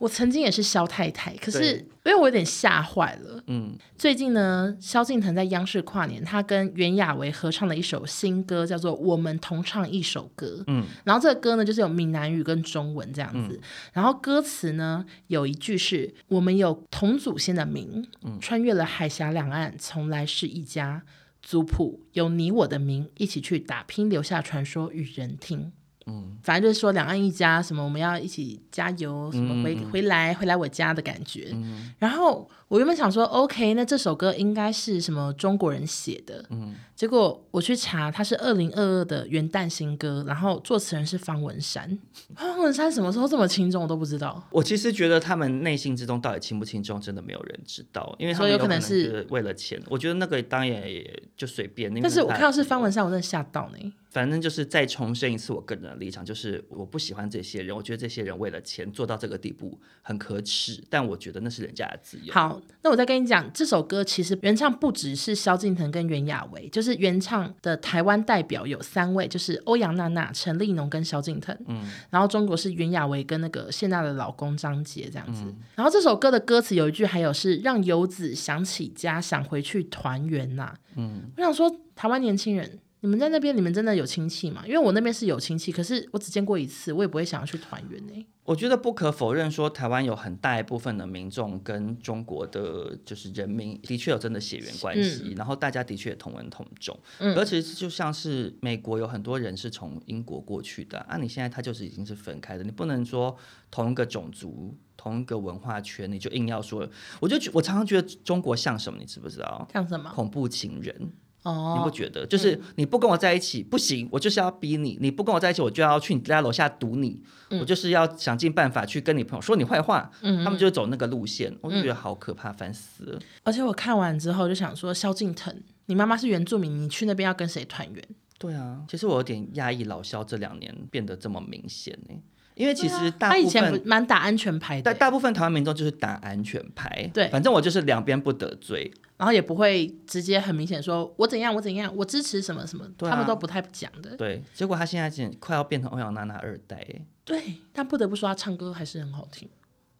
Speaker 3: 我曾经也是萧太太，可是
Speaker 2: 对
Speaker 3: 因为我有点吓坏了。
Speaker 2: 嗯，
Speaker 3: 最近呢，萧敬腾在央视跨年，他跟袁娅维合唱了一首新歌，叫做《我们同唱一首歌》。嗯，然后这个歌呢，就是有闽南语跟中文这样子。
Speaker 2: 嗯
Speaker 3: 然后歌词呢，有一句是“我们有同祖先的名，
Speaker 2: 嗯
Speaker 3: 穿越了海峡两岸，从来是一家。”族谱有你我的名，一起去打拼，留下传说与人听。嗯，反正就是说两岸一家，什么我们要一起加油，什么回、回来回来我家的感觉。然后我原本想说，OK，那这首歌应该是什么中国人写的，嗯，结果我去查，它是二零二二的元旦新歌，然后作词人是方文山。方文山什么时候这么轻重我都不知道，
Speaker 2: 我其实觉得他们内心之中到底轻不轻重，真的没有人知道，因为他
Speaker 3: 所以
Speaker 2: 们
Speaker 3: 有
Speaker 2: 可
Speaker 3: 可能是
Speaker 2: 是为了钱。我觉得那个当然也就随便。
Speaker 3: 但是我看到是
Speaker 2: 方
Speaker 3: 方文山，我真的吓到呢。
Speaker 2: 反正就是再重申一次我个人的立场，就是我不喜欢这些人，我觉得这些人为了钱做到这个地步很可耻，但我觉得那是人家的自由。
Speaker 3: 好，那我再跟你讲，这首歌其实原唱不只是萧敬腾跟袁娅维，就是原唱的台湾代表有三位，就是欧阳娜娜、陈立农跟萧敬腾。嗯，然后中国是袁娅维跟那个谢娜的老公张杰这样子。然后这首歌的歌词有一句，还有是让游子想起家，想回去团圆呐、嗯，我想说，台湾年轻人。你们在那边，你们真的有亲戚吗？因为我那边是有亲戚，可是我只见过一次，我也不会想要去团圆呢、
Speaker 2: 我觉得不可否认说，台湾有很大一部分的民众跟中国的就是人民的确有真的血缘关
Speaker 3: 嗯
Speaker 2: 系，然后大家的确也同文同种。而其实就像是美国有很多人是从英国过去的，啊，你现在他就是已经是分开的，你不能说同一个种族、同一个文化圈，你就硬要说。我就觉我常常觉得中国像什么，你知不知道？
Speaker 3: 像什么？
Speaker 2: 恐怖情人。
Speaker 3: 哦，
Speaker 2: 你不觉得？就是你不跟我在一起不行，我就是要逼你；你不跟我在一起，我就要去你家楼下堵你。
Speaker 3: 嗯
Speaker 2: 我就是要想尽办法去跟你朋友说你坏话。他们就走那个路线，我就
Speaker 3: 嗯
Speaker 2: 觉得好可怕，烦死了。
Speaker 3: 而且我看完之后就想说，萧敬腾，你妈妈是原住民，你去那边要跟谁团圆？
Speaker 2: 对啊，其实我有点讶异老萧这两年变得这么明显呢、因为其实大
Speaker 3: 啊他以
Speaker 2: 部
Speaker 3: 前
Speaker 2: 分
Speaker 3: 不蛮打安全牌
Speaker 2: 大
Speaker 3: 的，
Speaker 2: 大部分台湾民众就是打安全牌，
Speaker 3: 对
Speaker 2: 反正我就是两边不得罪，
Speaker 3: 然后也不会直接很明显说我怎样我怎样，我支持什么什么，
Speaker 2: 对啊
Speaker 3: 他们都不太讲的。
Speaker 2: 对。结果他现在已经快要变成欧阳娜娜二代、欸，
Speaker 3: 对，但不得不说他唱歌还是很好听。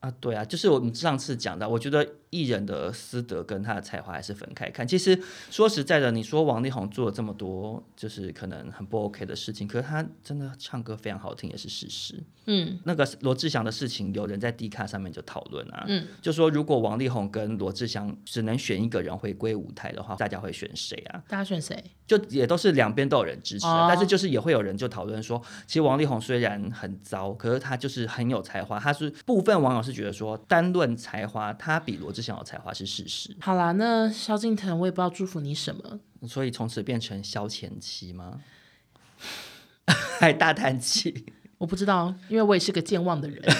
Speaker 2: 啊，对啊，就是我们上次讲到，我觉得艺人的私德跟他的才华还是分开看。其实说实在的，你说王力宏做了这么多，就是可能很不 OK 的事情，可是他真的唱歌非常好听，也是事实。
Speaker 3: 嗯，
Speaker 2: 那个罗志祥的事情，有人在 D 卡上面就讨论啊，就说如果王力宏跟罗志祥只能选一个人回归舞台的话，大家会选谁啊？
Speaker 3: 大家选谁？
Speaker 2: 就也都是两边都有人支持啊、
Speaker 3: 哦
Speaker 2: 但是就是也会有人就讨论说，其实王力宏虽然很糟，可是他就是很有才华。他是部分网友是觉得说，单论才华，他比罗志祥有才华是事实，
Speaker 3: 好啦，那萧敬腾我也不知道祝福你什么，
Speaker 2: 所以从此变成消前期吗？ 还大叹气。
Speaker 3: 我不知道，因为我也是个健忘的人。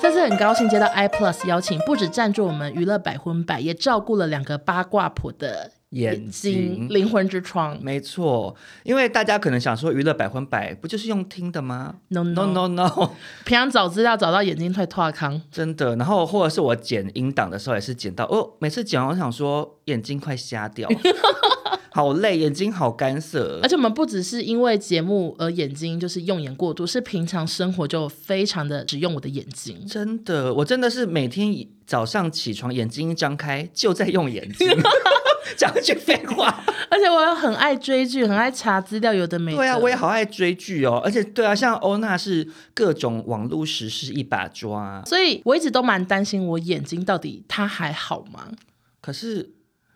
Speaker 3: 这次很高兴接到 iPlus 邀请，不止赞助我们娱乐百分百，也照顾了两个八卦婆的
Speaker 2: 眼睛
Speaker 3: 睛、灵魂之窗。
Speaker 2: 没错，因为大家可能想说，娱乐百分百不就是用听的吗
Speaker 3: No no
Speaker 2: no no，
Speaker 3: 平常找资料找到眼睛快脱康，
Speaker 2: 真的。然后或者是我剪音档的时候也是剪到，哦，每次剪完我想说眼睛快瞎掉， 好累，眼睛好干涩
Speaker 3: 而。且我们不只是因为节目而眼睛就是用眼过度，是平常生活就非常的只用我的眼睛。
Speaker 2: 真的，我真的是每天早上起床眼睛一张开就在用眼 睛讲一句废话。啊
Speaker 3: 而且我很爱追剧，很爱查资料，有的没的。
Speaker 2: 对啊，我也好爱追剧哦，而且对啊，像欧娜是各种网络时事一把抓，啊
Speaker 3: 所以我一直都蛮担心我眼睛到底它还好吗？
Speaker 2: 可是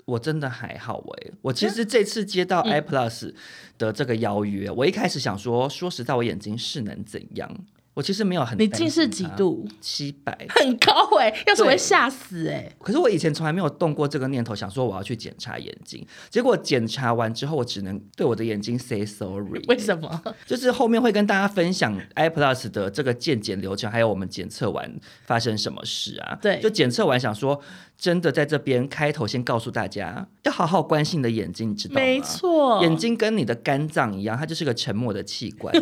Speaker 2: 我真的还好哎、我其实这次接到
Speaker 3: 嗯
Speaker 2: i Plus 的这个邀约，我一开始想说，说实在，我眼睛是能怎样？我其实没有很
Speaker 3: 你
Speaker 2: 担
Speaker 3: 近视
Speaker 2: 心啊
Speaker 3: 几
Speaker 2: 它？
Speaker 3: 度？
Speaker 2: 七百。
Speaker 3: 很高哎、要是我
Speaker 2: 对
Speaker 3: 会吓死哎、
Speaker 2: 可是我以前从来没有动过这个念头，想说我要去检查眼睛。结果检查完之后，我只能对我的眼睛 say sorry。
Speaker 3: 为什么？
Speaker 2: 就是后面会跟大家分享 iPlus 的这个健检流程，还有我们检测完发生什么事啊？
Speaker 3: 对
Speaker 2: 就检测完想说，真的在这边开头先告诉大家，要好好关心你的眼睛，你知道吗？
Speaker 3: 没错，
Speaker 2: 眼睛跟你的肝脏一样，它就是个沉默的器 官。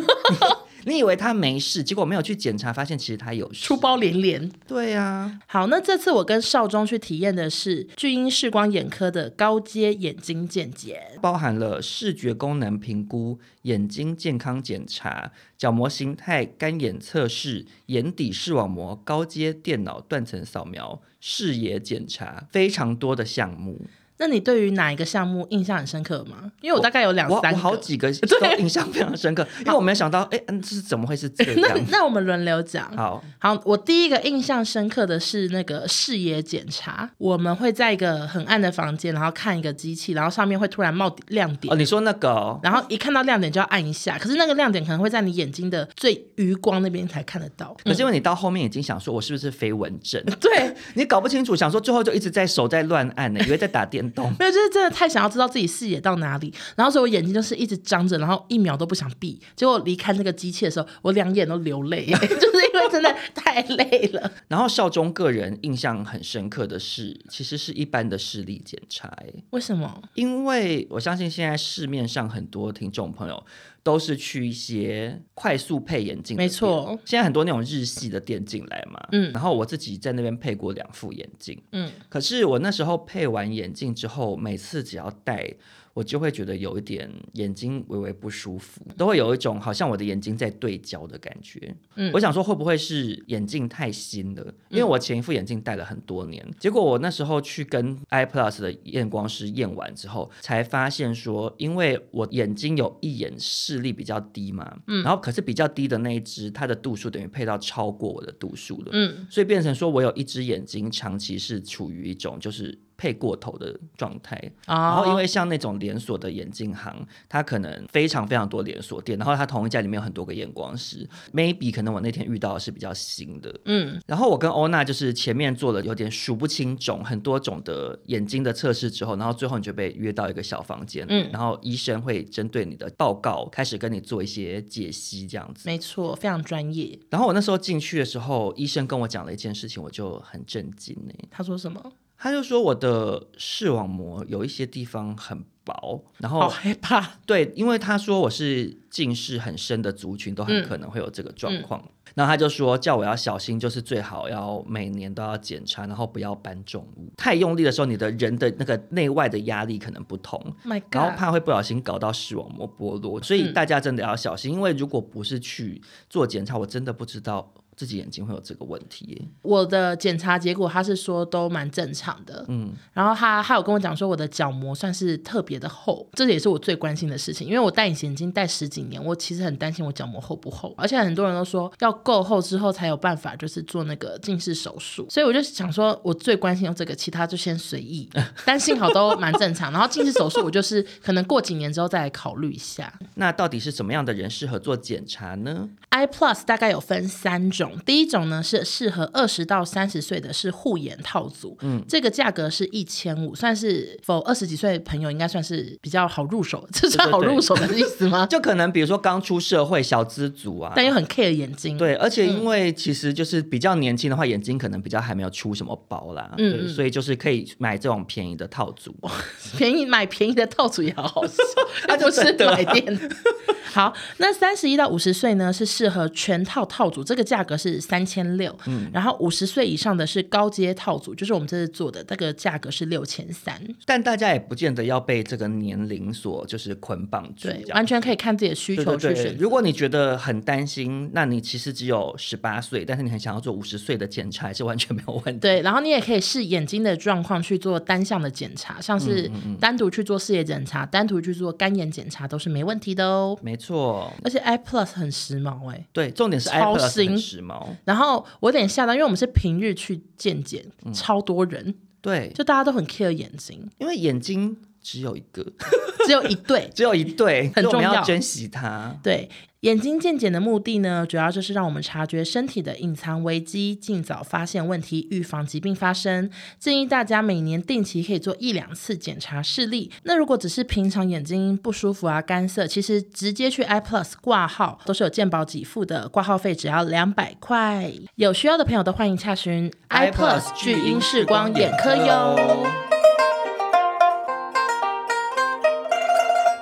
Speaker 2: 你以为它没事，结果没有去检查，发现其实它有事。
Speaker 3: 出包连连。
Speaker 2: 对啊呀、
Speaker 3: 好，那这次我跟少中去体验的是巨婴视光眼科的高阶眼睛健检。
Speaker 2: 包含了视觉功能评估、眼睛健康检查、角膜形态干眼测试、眼底视网膜高阶电脑断层扫描、视野检查，非常多的项目。
Speaker 3: 那你对于哪一个项目印象很深刻吗？因为我大概有两
Speaker 2: 我我
Speaker 3: 三个。
Speaker 2: 好几个都印象非常深刻，因为我没有想到，哎，嗯，这是怎么会是这
Speaker 3: 那
Speaker 2: 样？
Speaker 3: 那我们轮流讲。
Speaker 2: 好，
Speaker 3: 好，我第一个印象深刻的是那个视野检查，我们会在一个很暗的房间，然后看一个机器，然后上面会突然冒亮点
Speaker 2: 哦，，你说那个哦
Speaker 3: 然后一看到亮点就要按一下，可是那个亮点可能会在你眼睛的最余光那边才看得到。嗯
Speaker 2: 可是因为你到后面已经想说，我是不是飞蚊症？
Speaker 3: 对，。
Speaker 2: 你搞不清楚，想说最后就一直在手在乱按呢，以为在打电动
Speaker 3: 没有，就是真的太想要知道自己视野到哪里，然后所以我眼睛就是一直张着，然后一秒都不想闭。结果离开那个机器的时候，我两眼都流泪， 就是因为真的太累了。
Speaker 2: 然后少中个人印象很深刻的是，其实是一般的视力检查，欸
Speaker 3: 为什么？
Speaker 2: 因为我相信现在市面上很多听众朋友都是去一些快速配眼镜，
Speaker 3: 没错，
Speaker 2: 现在很多那种日系的店进来嘛，
Speaker 3: 嗯
Speaker 2: 然后我自己在那边配过两副眼镜，
Speaker 3: 嗯，
Speaker 2: 可是我那时候配完眼镜之后，每次只要戴，我就会觉得有一点眼睛微微不舒服，都会有一种好像我的眼睛在对焦的感觉。
Speaker 3: 嗯
Speaker 2: 我想说会不会是眼镜太新了？因为我前一副眼镜戴了很多年，结果我那时候去跟 iPlus 的验光师验完之后，才发现说，因为我眼睛有一眼视力比较低嘛，然后可是比较低的那一只，它的度数等于配到超过我的度数了，
Speaker 3: 嗯，
Speaker 2: 所以变成说我有一只眼睛长期是处于一种就是配过头的状态。然
Speaker 3: 哦
Speaker 2: 后因为像那种连锁的眼镜行，它可能非常非常多连锁店，然后它同一家里面有很多个验光师，maybe 可能我那天遇到的是比较新的。
Speaker 3: 嗯，
Speaker 2: 然后我跟欧娜就是前面做了有点数不清种很多种的眼睛的测试之后，然后最后你就被约到一个小房间，
Speaker 3: 嗯
Speaker 2: 然后医生会针对你的报告开始跟你做一些解析这样子。
Speaker 3: 没错，非常专业。
Speaker 2: 然后我那时候进去的时候，医生跟我讲了一件事情，我就很震惊呢、
Speaker 3: 他说什么？
Speaker 2: 他就说我的视网膜有一些地方很薄，然后、
Speaker 3: 好害怕。
Speaker 2: 对，因为他说我是近视很深的族群，都很
Speaker 3: 嗯
Speaker 2: 可能会有这个状况。然后他就说叫我要小心，就是最好要每年都要检查，然后不要搬重物。太用力的时候，你的人的那个内外的压力可能不同，
Speaker 3: My
Speaker 2: 然后
Speaker 3: God，
Speaker 2: 怕会不小心搞到视网膜剥落，所以
Speaker 3: 嗯
Speaker 2: 大家真的要小心，因为如果不是去做检查，我真的不知道自己眼睛会有这个问题耶。
Speaker 3: 我的检查结果他是说都蛮正常的，
Speaker 2: 嗯，
Speaker 3: 然后他还有跟我讲说，我的角膜算是特别的厚，这也是我最关心的事情，因为我戴隐形眼镜戴十几年，我其实很担心我角膜厚不厚，而且很多人都说要够厚之后才有办法就是做那个近视手术，所以我就想说，我最关心有这个，其他就先随 意，但幸好都蛮正常。然后近视手术我就是可能过几年之后再来考虑一下。
Speaker 2: 那到底是什么样的人适合做检查呢？
Speaker 3: i Plus 大概有分三种，第一种呢是适合二十到三十岁的是护眼套组，嗯，这个价格是一千五，算是否二十几岁的朋友应该算是比较好入手，这算好入手的意思吗？
Speaker 2: 就可能比如说刚出社会小资族啊，
Speaker 3: 但又很 care 眼睛，
Speaker 2: 对，而
Speaker 3: 嗯
Speaker 2: 且因为其实就是比较年轻的话，眼睛可能比较还没有出什么包啦，
Speaker 3: 嗯
Speaker 2: 对
Speaker 3: 嗯
Speaker 2: 所以就是可以买这种便宜的套组。
Speaker 3: 便宜买便宜的套组也好好笑，
Speaker 2: 那就
Speaker 3: 不是
Speaker 2: 真的啊
Speaker 3: 买电的。好，那三十一到五十岁呢是适合全套套组，这个价格是三千六，
Speaker 2: 嗯
Speaker 3: 然后五十岁以上的是高阶套组，就是我们这次做的，这个价格是六千三。
Speaker 2: 但大家也不见得要被这个年龄所就是捆绑住，
Speaker 3: 对
Speaker 2: 这，样
Speaker 3: 完全可以看自己的需
Speaker 2: 对
Speaker 3: 求
Speaker 2: 对
Speaker 3: 去
Speaker 2: 对，
Speaker 3: 选择。
Speaker 2: 如果你觉得很担心，那你其实只有十八岁，但是你很想要做五十岁的检查，也是完全没有问题。
Speaker 3: 对，然后你也可以视眼睛的状况去做单项的检查，
Speaker 2: 嗯
Speaker 3: 像是单独去做视野检查、单独去做干眼检查都是没问题的哦。
Speaker 2: 没错，
Speaker 3: 而且 i Plus 很时髦哎、
Speaker 2: 对，重点是 i
Speaker 3: 超
Speaker 2: p l u
Speaker 3: 新
Speaker 2: 很时髦，
Speaker 3: 然后我有点吓到，因为我们是平日去健检，
Speaker 2: 嗯
Speaker 3: 超多人，
Speaker 2: 对，
Speaker 3: 就大家都很 care 眼睛，
Speaker 2: 因为眼睛只有一个，
Speaker 3: 只有一对。
Speaker 2: 只有一对，
Speaker 3: 很
Speaker 2: 所以我
Speaker 3: 重
Speaker 2: 们
Speaker 3: 要
Speaker 2: 要珍惜它。
Speaker 3: 对，眼睛健检的目的呢，主要就是让我们察觉身体的隐藏危机，尽早发现问题，预防疾病发生。建议大家每年定期可以做一两次检查视力。那如果只是平常眼睛不舒服啊、干涩，其实直接去 iPlus 挂号都是有健保给付的，挂号费只要两百块。有需要的朋友都欢迎洽询 iPlus 巨婴视光眼科哟。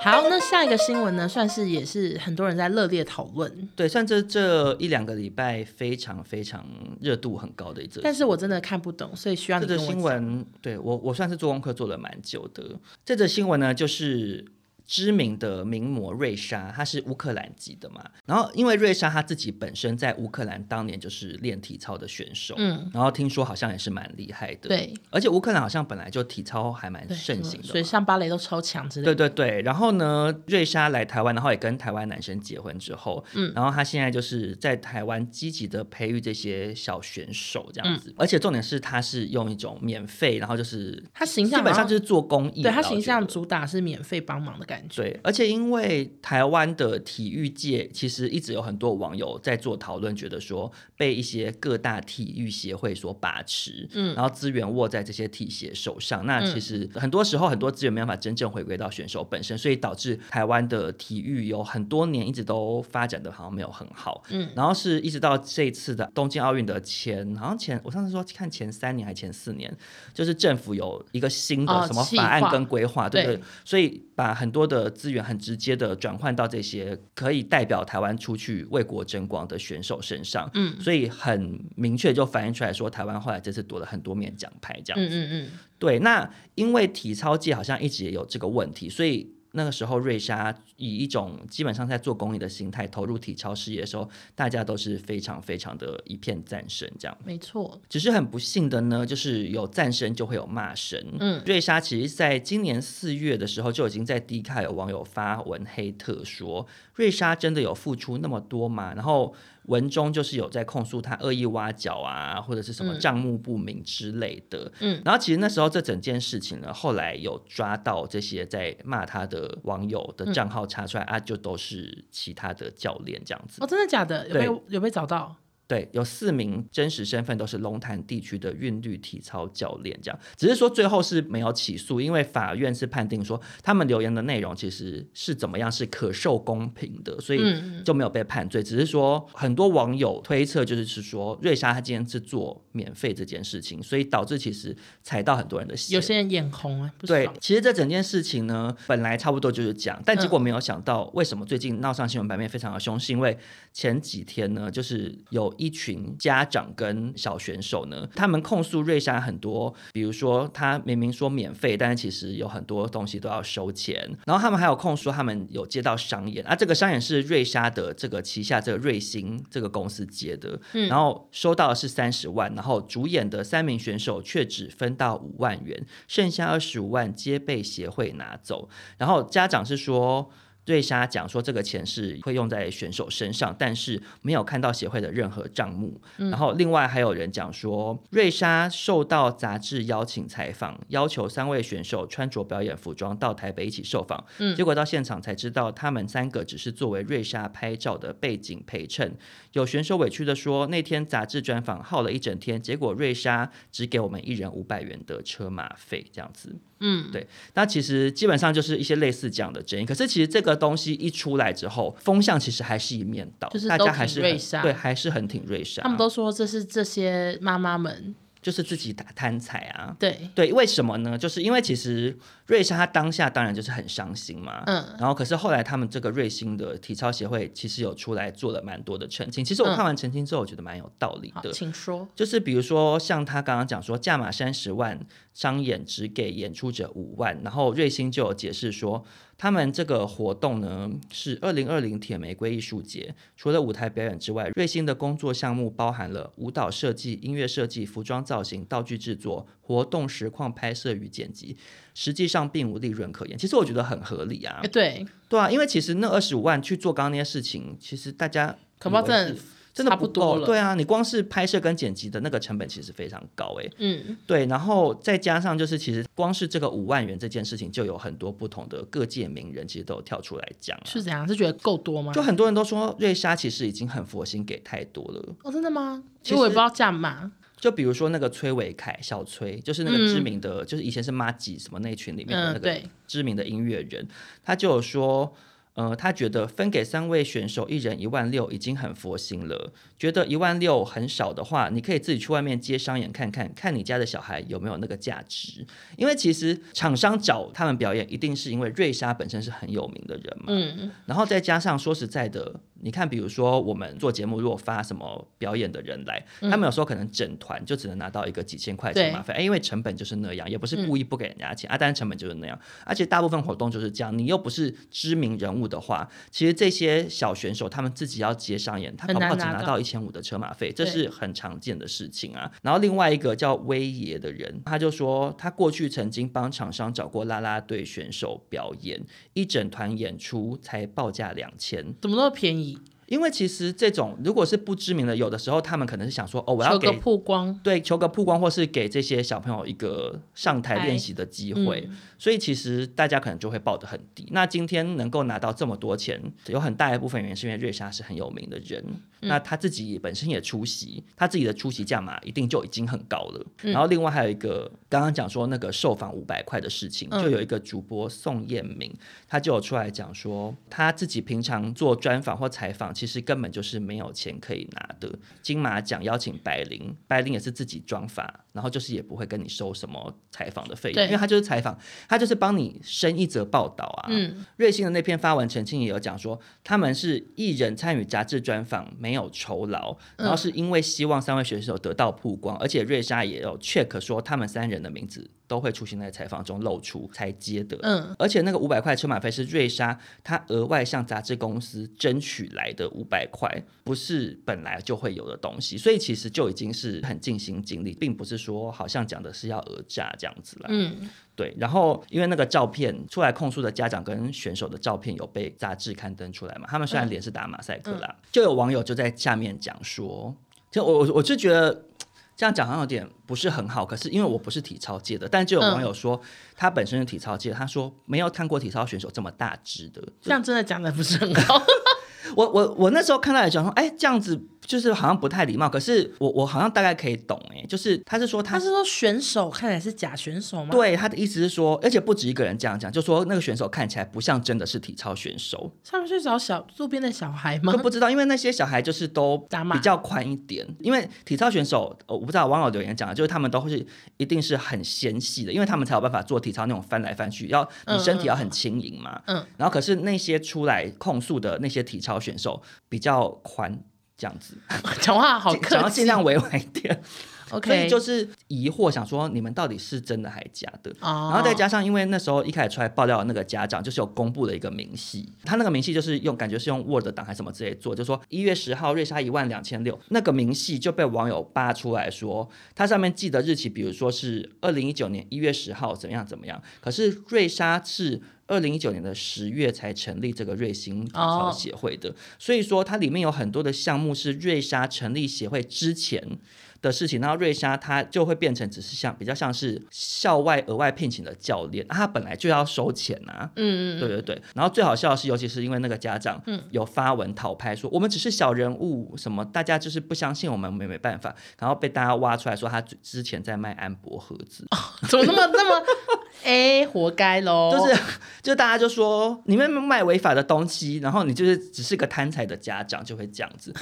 Speaker 3: 好，那下一个新闻呢，算是也是很多人在热烈讨论。
Speaker 2: 对，算这这一两个礼拜非常非常热度很高的一则新闻，
Speaker 3: 但是我真的看不懂，所以需要
Speaker 2: 这
Speaker 3: 你
Speaker 2: 则
Speaker 3: 跟我
Speaker 2: 新
Speaker 3: 讲。
Speaker 2: 闻对我我算是做功课做了蛮久的。这则新闻呢，就是知名的名模瑞莎，她是乌克兰籍的嘛。然后因为瑞莎她自己本身在乌克兰当年就是练体操的选手，
Speaker 3: 嗯，
Speaker 2: 然后听说好像也是蛮厉害的，
Speaker 3: 对。
Speaker 2: 而且乌克兰好像本来就体操还蛮
Speaker 3: 对，
Speaker 2: 盛
Speaker 3: 什
Speaker 2: 行
Speaker 3: 么
Speaker 2: 的嘛，
Speaker 3: 水上芭蕾都超强之类
Speaker 2: 对
Speaker 3: 的。
Speaker 2: 对对，然后呢，瑞莎来台湾，然后也跟台湾男生结婚之后，
Speaker 3: 嗯
Speaker 2: 然后她现在就是在台湾积极的培育这些小选手这
Speaker 3: 嗯
Speaker 2: 样子，而且重点是她是用一种免费，然后就是
Speaker 3: 她形象
Speaker 2: 基本
Speaker 3: 好像
Speaker 2: 上就是做公益啦，
Speaker 3: 对他
Speaker 2: 我觉
Speaker 3: 形象
Speaker 2: 得
Speaker 3: 主打是免费帮忙的感觉。
Speaker 2: 对，而且因为台湾的体育界其实一直有很多网友在做讨论，觉得说被一些各大体育协会所把持，
Speaker 3: 嗯
Speaker 2: 然后资源握在这些体协手上。那其
Speaker 3: 嗯
Speaker 2: 实很多时候很多资源没办法真正回归到选手本身，所以导致台湾的体育有很多年一直都发展的好像没有很好。
Speaker 3: 嗯
Speaker 2: 然后是一直到这一次的东京奥运的前，好像前我上次说看前三年还前四年，就是政府有一个新的
Speaker 3: 哦
Speaker 2: 什么
Speaker 3: 计
Speaker 2: 法案
Speaker 3: 划
Speaker 2: 跟规划，对不
Speaker 3: 对
Speaker 2: 对？所以把很多的资源很直接的转换到这些可以代表台湾出去为国争光的选手身上，
Speaker 3: 嗯
Speaker 2: 所以很明确就反映出来说，台湾后来这次夺了很多面奖牌，这样
Speaker 3: 嗯
Speaker 2: 子。
Speaker 3: 嗯嗯，
Speaker 2: 对，那因为体操界好像一直也有这个问题，所以。那个时候，瑞莎以一种基本上在做公益的心态投入体操事业的时候，大家都是非常非常的一片赞声，这样。
Speaker 3: 没错。
Speaker 2: 只是很不幸的呢，就是有赞声就会有骂声。
Speaker 3: 嗯
Speaker 2: 瑞莎其实在今年四月的时候就已经在 D 卡有网友发文黑特说，瑞莎真的有付出那么多吗？然后文中就是有在控诉她恶意挖角啊，或者是什么
Speaker 3: 嗯
Speaker 2: 账目不明之类的。
Speaker 3: 嗯
Speaker 2: 然后其实那时候这整件事情呢，后来有抓到这些在骂她的网友
Speaker 3: 嗯
Speaker 2: 的账号查出来、啊，就都是其他的教练这样子。
Speaker 3: 哦，真的假的？有
Speaker 2: 对
Speaker 3: 被有被找到？
Speaker 2: 对，有四名真实身份都是龙潭地区的韵律体操教练，这样只是说最后是没有起诉，因为法院是判定说他们留言的内容其实是怎么样是可受公平的，所
Speaker 3: 嗯
Speaker 2: 以
Speaker 3: 嗯
Speaker 2: 就没有被判罪。只是说很多网友推测就是是说瑞莎她今天是做免费这件事情，所以导致其实踩到很多人的线
Speaker 3: 有。些人眼红啊，不
Speaker 2: 对
Speaker 3: 爽，
Speaker 2: 其实这整件事情呢，本来差不多就是这样，但结果没有想到，为什么最近闹上新闻版面非常的凶，是因为前几天呢，就是有一群家长跟小选手呢，他们控诉瑞莎很多，比如说他明明说免费，但是其实有很多东西都要收钱，然后他们还有控诉他们有接到商演，啊，这个商演是瑞莎的这个旗下这个瑞星这个公司接的，
Speaker 3: 嗯
Speaker 2: 然后收到的是三十万，然后主演的三名选手却只分到五万元，剩下二十五万皆被协会拿走。然后家长是说。瑞莎讲说，这个钱是会用在选手身上，但是没有看到协会的任何账目。然
Speaker 3: 嗯
Speaker 2: 后另外还有人讲说，瑞莎受到杂志邀请采访，要求三位选手穿着表演服装到台北一起受访。
Speaker 3: 嗯
Speaker 2: 结果到现场才知道，他们三个只是作为瑞莎拍照的背景陪衬。有选手委屈的说，那天杂志专访耗了一整天，结果瑞莎只给我们一人五百元的车马费，这样子。
Speaker 3: 嗯，
Speaker 2: 对那其实基本上就是一些类似这样的争议。可是其实这个东西一出来之后，风向其实还是一面倒，
Speaker 3: 就是
Speaker 2: 大
Speaker 3: 都
Speaker 2: 家
Speaker 3: 挺
Speaker 2: 还是
Speaker 3: 瑞
Speaker 2: 很
Speaker 3: 莎
Speaker 2: 对，还是很挺瑞莎。
Speaker 3: 他们都说这是这些妈妈们
Speaker 2: 就是自己打贪财啊。
Speaker 3: 对，
Speaker 2: 对，为什么呢？就是因为其实瑞莎她当下当然就是很伤心嘛，
Speaker 3: 嗯
Speaker 2: 然后可是后来他们这个瑞星的体操协会其实有出来做了蛮多的澄清。其实我
Speaker 3: 嗯
Speaker 2: 看完澄清之后，我觉得蛮有道理
Speaker 3: 好
Speaker 2: 的，。
Speaker 3: 请说。
Speaker 2: 就是比如说，像他刚刚讲说，价码三十万，商演只给演出者五万，然后瑞星就有解释说，他们这个活动呢是二零二零铁玫瑰艺术节，除了舞台表演之外，瑞星的工作项目包含了舞蹈设计、音乐设计、服装造型、道具制作、活动实况拍摄与剪辑，实际上并无利润可言。其实我觉得很合理啊
Speaker 3: 哎，，对，
Speaker 2: 对啊，因为其实那二十五万去做刚刚那些事情，其实大家
Speaker 3: 可不好
Speaker 2: 以为是
Speaker 3: 真的
Speaker 2: 真的
Speaker 3: 差不多
Speaker 2: 够
Speaker 3: 了
Speaker 2: 对啊，你光是拍摄跟剪辑的那个成本其实非常高诶、
Speaker 3: 嗯
Speaker 2: 对，然后再加上就是其实光是这个五万元这件事情，就有很多不同的各界名人其实都有跳出来讲、啊，
Speaker 3: 是怎样？是觉得够多吗？
Speaker 2: 就很多人都说瑞莎其实已经很佛心给太多了。
Speaker 3: 哦，真的吗？
Speaker 2: 其
Speaker 3: 因为我也不
Speaker 2: 实
Speaker 3: 知道价码。
Speaker 2: 就比如说那个崔伟凯，小崔，就是那个
Speaker 3: 嗯
Speaker 2: 知名的，就是以前是妈吉什么那群里面的
Speaker 3: 嗯
Speaker 2: 那个
Speaker 3: 对
Speaker 2: 知名的音乐人，他就有说。呃，他觉得分给三位选手一人一万六已经很佛心了，觉得一万六很少的话，你可以自己去外面接商演看看，看你家的小孩有没有那个价值。因为其实厂商找他们表演，一定是因为瑞莎本身是很有名的人嘛，
Speaker 3: 嗯，
Speaker 2: 然后再加上说实在的，你看，比如说我们做节目，如果发什么表演的人来，他们有时候可能整团就只能拿到一个几千块钱
Speaker 3: 对嗯
Speaker 2: 马费，哎，因为成本就是那样，也不是故意不给人家钱、啊，当然成本就是那样，而且大部分活动就是这样。你又不是知名人物的话，其实这些小选手他们自己要接商演，他
Speaker 3: 很
Speaker 2: 搞不好
Speaker 3: 难
Speaker 2: 只
Speaker 3: 拿
Speaker 2: 拿
Speaker 3: 到
Speaker 2: 到一千五的车马费，这
Speaker 3: 对
Speaker 2: 是很常见的事情啊。然后另外一个叫威爷的人，他就说他过去曾经帮厂商找过啦啦队选手表演，一整团演出才报价两千。
Speaker 3: 怎么那么便宜？
Speaker 2: 因为其实这种如果是不知名的，有的时候他们可能是想说，哦，我要
Speaker 3: 求个
Speaker 2: 给
Speaker 3: 曝光，
Speaker 2: 对求个曝光，或是给这些小朋友一个上台
Speaker 3: 台
Speaker 2: 练习的机会，所以其实大家可能就会报得很低。那今天能够拿到这么多钱，有很大一部分原因是因为瑞莎是很有名的人，那他自己本身也出席，他自己的出席价码一定就已经很高了。然后另外还有一个，刚刚讲说那个受访五百块的事情，
Speaker 3: 嗯
Speaker 2: 就有一个主播宋彦明，他就有出来讲说，他自己平常做专访或采访，其实根本就是没有钱可以拿的。金马奖邀请白灵，白灵也是自己装法，然后就是也不会跟你收什么采访的费用，
Speaker 3: 对
Speaker 2: 因为他就是采访，他就是帮你生一则报道啊。
Speaker 3: 嗯，
Speaker 2: 瑞幸的那篇发文澄清也有讲说，他们是艺人参与杂志专访没有酬劳，
Speaker 3: 嗯
Speaker 2: 然后是因为希望三位选手得到曝光，而且瑞莎也有 check 说他们三人的名字都会出现在采访中露出才接的。
Speaker 3: 嗯，
Speaker 2: 而且那个五百块车马费是瑞莎她额外向杂志公司争取来的五百块，不是本来就会有的东西，所以其实就已经是很尽心尽力，并不是说好像讲的是要讹诈这样子啦。
Speaker 3: 嗯，
Speaker 2: 对，然后因为那个照片出来控诉的家长跟选手的照片有被杂志刊登出来嘛，他们虽然脸是打马赛克啦，就有网友就在下面讲说，就我我我就觉得。这样讲好像有点不是很好，可是因为我不是体操界的，但就有网友说、他本身是体操界的，他说没有看过体操选手这么大只的。
Speaker 3: 这样真的讲的不是很好。
Speaker 2: 我我我那时候看到也讲说，哎，这样子就是好像不太礼貌，可是我我好像大概可以懂，哎，就是他是说他
Speaker 3: 他是说选手看起来是假选手吗？，
Speaker 2: 对，他的意思是说，而且不止一个人这样讲，就说那个选手看起来不像真的是体操选手，
Speaker 3: 他们去找小路边的小孩吗
Speaker 2: 都？不知道，因为那些小孩就是都
Speaker 3: 打码
Speaker 2: 比较宽一点，因为体操选手，呃我不知道网友留言讲的，就是他们都会是一定是很纤细的，因为他们才有办法做体操那种翻来翻去，要你
Speaker 3: 嗯
Speaker 2: 身体
Speaker 3: 嗯
Speaker 2: 要很轻盈嘛，
Speaker 3: 嗯，
Speaker 2: 然后可是那些出来控诉的那些体操选手比较宽。这样子，
Speaker 3: 讲话好客气，
Speaker 2: 想要尽量委婉一 点，所
Speaker 3: OK，
Speaker 2: 以就是疑惑，想说你们到底是真的还假的？
Speaker 3: 哦，
Speaker 2: 然后再加上，因为那时候一开始出来爆料的那个家长，就是有公布了一个明细，他那个明细就是用感觉是用 Word 档还是什么之类做，就说一月十号瑞莎一万两千六，那个明细就被网友扒出来说，它上面记的日期，比如说是二零一九年一月十号怎么样怎么样，可是瑞莎是。二零一九年的十月才成立这个瑞星体操
Speaker 3: 哦
Speaker 2: 协会的所以说它里面有很多的项目是瑞莎成立协会之前的事情，然后瑞莎她就会变成只是像比较像是校外额外聘请的教练，啊她本来就要收钱啊。
Speaker 3: 嗯
Speaker 2: 对对对，然后最好笑的是，尤其是因为那个家长有发文讨拍说，我们只是小人物，什么大家就是不相信我们，我们也没办法，然后被大家挖出来说他之之前在卖安博盒子，
Speaker 3: 嗯，怎么那么那 么哎，活该喽，
Speaker 2: 就是 就大家就说你们卖违法的东西，然后你就是只是个贪财的家长，就会这样子。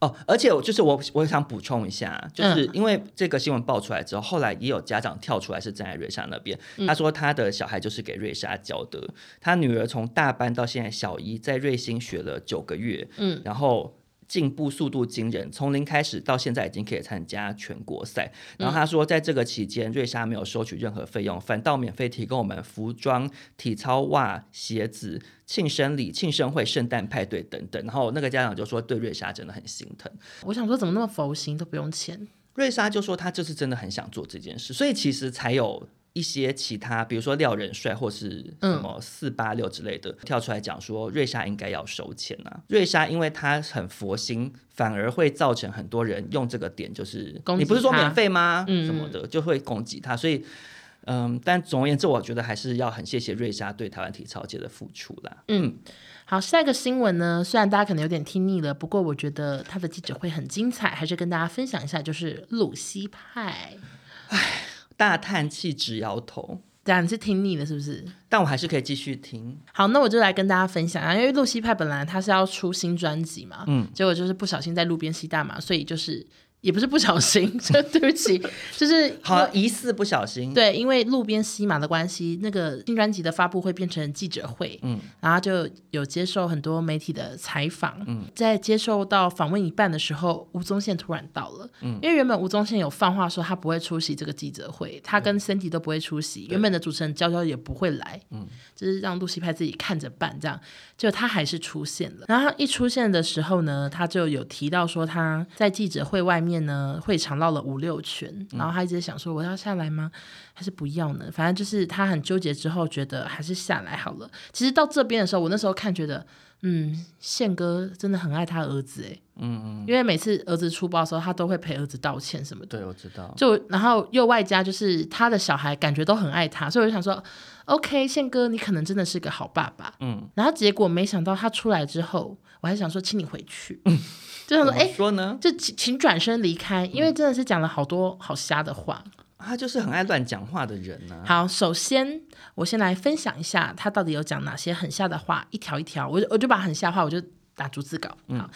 Speaker 2: 哦，而且我就是我，我想补充一下，就是因为这个新闻爆出来之后，后来也有家长跳出来是站在瑞莎那边，他说他的小孩就是给瑞莎教的，他女儿从大班到现在小一，在瑞星学了九个月，嗯，然后。进步速度惊人，从零开始到现在已经可以参加全国赛。然后他说，在这个期间，瑞莎没有收取任何费用，反倒免费提供我们服装、体操袜、鞋子、庆生礼、庆生会、圣诞派对等等。然后那个家长就说，对瑞莎真的很心疼。
Speaker 3: 我想说怎么那么佛心都不用钱，
Speaker 2: 瑞莎就说她就是真的很想做这件事，所以其实才有一些其他，比如说廖仁帅或是
Speaker 3: 嗯
Speaker 2: 什么四八六之类的、跳出来讲说瑞莎应该要收钱啊。瑞莎因为她很佛心，反而会造成很多人用这个点就是
Speaker 3: 攻击
Speaker 2: 你不是说
Speaker 3: 她
Speaker 2: 免费吗？
Speaker 3: 嗯
Speaker 2: 什么的就会攻击她，所以。嗯，但总而言之，我觉得还是要很谢谢瑞莎对台湾体操界的付出啦。嗯，
Speaker 3: 好，下一个新闻呢，虽然大家可能有点听腻了，不过我觉得他的记者会很精彩，还是跟大家分享一下，就是鲁西派。
Speaker 2: 大叹气，直摇头，
Speaker 3: 对啊，你是听腻了是不是？
Speaker 2: 但我还是可以继续听。
Speaker 3: 好，那我就来跟大家分享啊，因为露西派本来他是要出新专辑嘛，嗯，结果就是不小心在路边吸大麻，所以就是也不是不小心， 就对不起，就是
Speaker 2: 好，疑似不小心，
Speaker 3: 对，因为路边西马的关系，那个新专辑的发布会变成记者会，嗯，然后就有接受很多媒体的采访，嗯，在接受到访问一半的时候，吴宗宪突然到了，嗯，因为原本吴宗宪有放话说他不会出席这个记者会，他跟 Cindy 都不会出席，原本的主持人娇娇也不会来，嗯，就是让露西派自己看着办这样，就他还是出现了，然后他一出现的时候呢，他就有提到说他在记者会外面呢会场绕了五六圈，然后他一直想说我要下来吗？还是不要呢？反正就是他很纠结，之后觉得还是下来好了。其实到这边的时候，我那时候看觉得，嗯，宪哥真的很爱他儿子诶，嗯嗯，因为每次儿子出包的时候，他都会陪儿子道歉什么的。
Speaker 2: 对，我知道，
Speaker 3: 就然后又外加就是他的小孩感觉都很爱他，所以我就想说，OK，宪哥你可能真的是个好爸爸，嗯。然后结果没想到他出来之后，我还想说请你回去，就嗯想说嗯
Speaker 2: 怎么
Speaker 3: 哎。
Speaker 2: 说呢？
Speaker 3: 就请请转身离开，因为真的是讲了好多好瞎的话。
Speaker 2: 他就是很爱乱讲话的人啊呐、
Speaker 3: 好，首先我先来分享一下他到底有讲哪些很下的话，一条一条，我就我就把很下的话我就打逐字稿。好，
Speaker 2: 嗯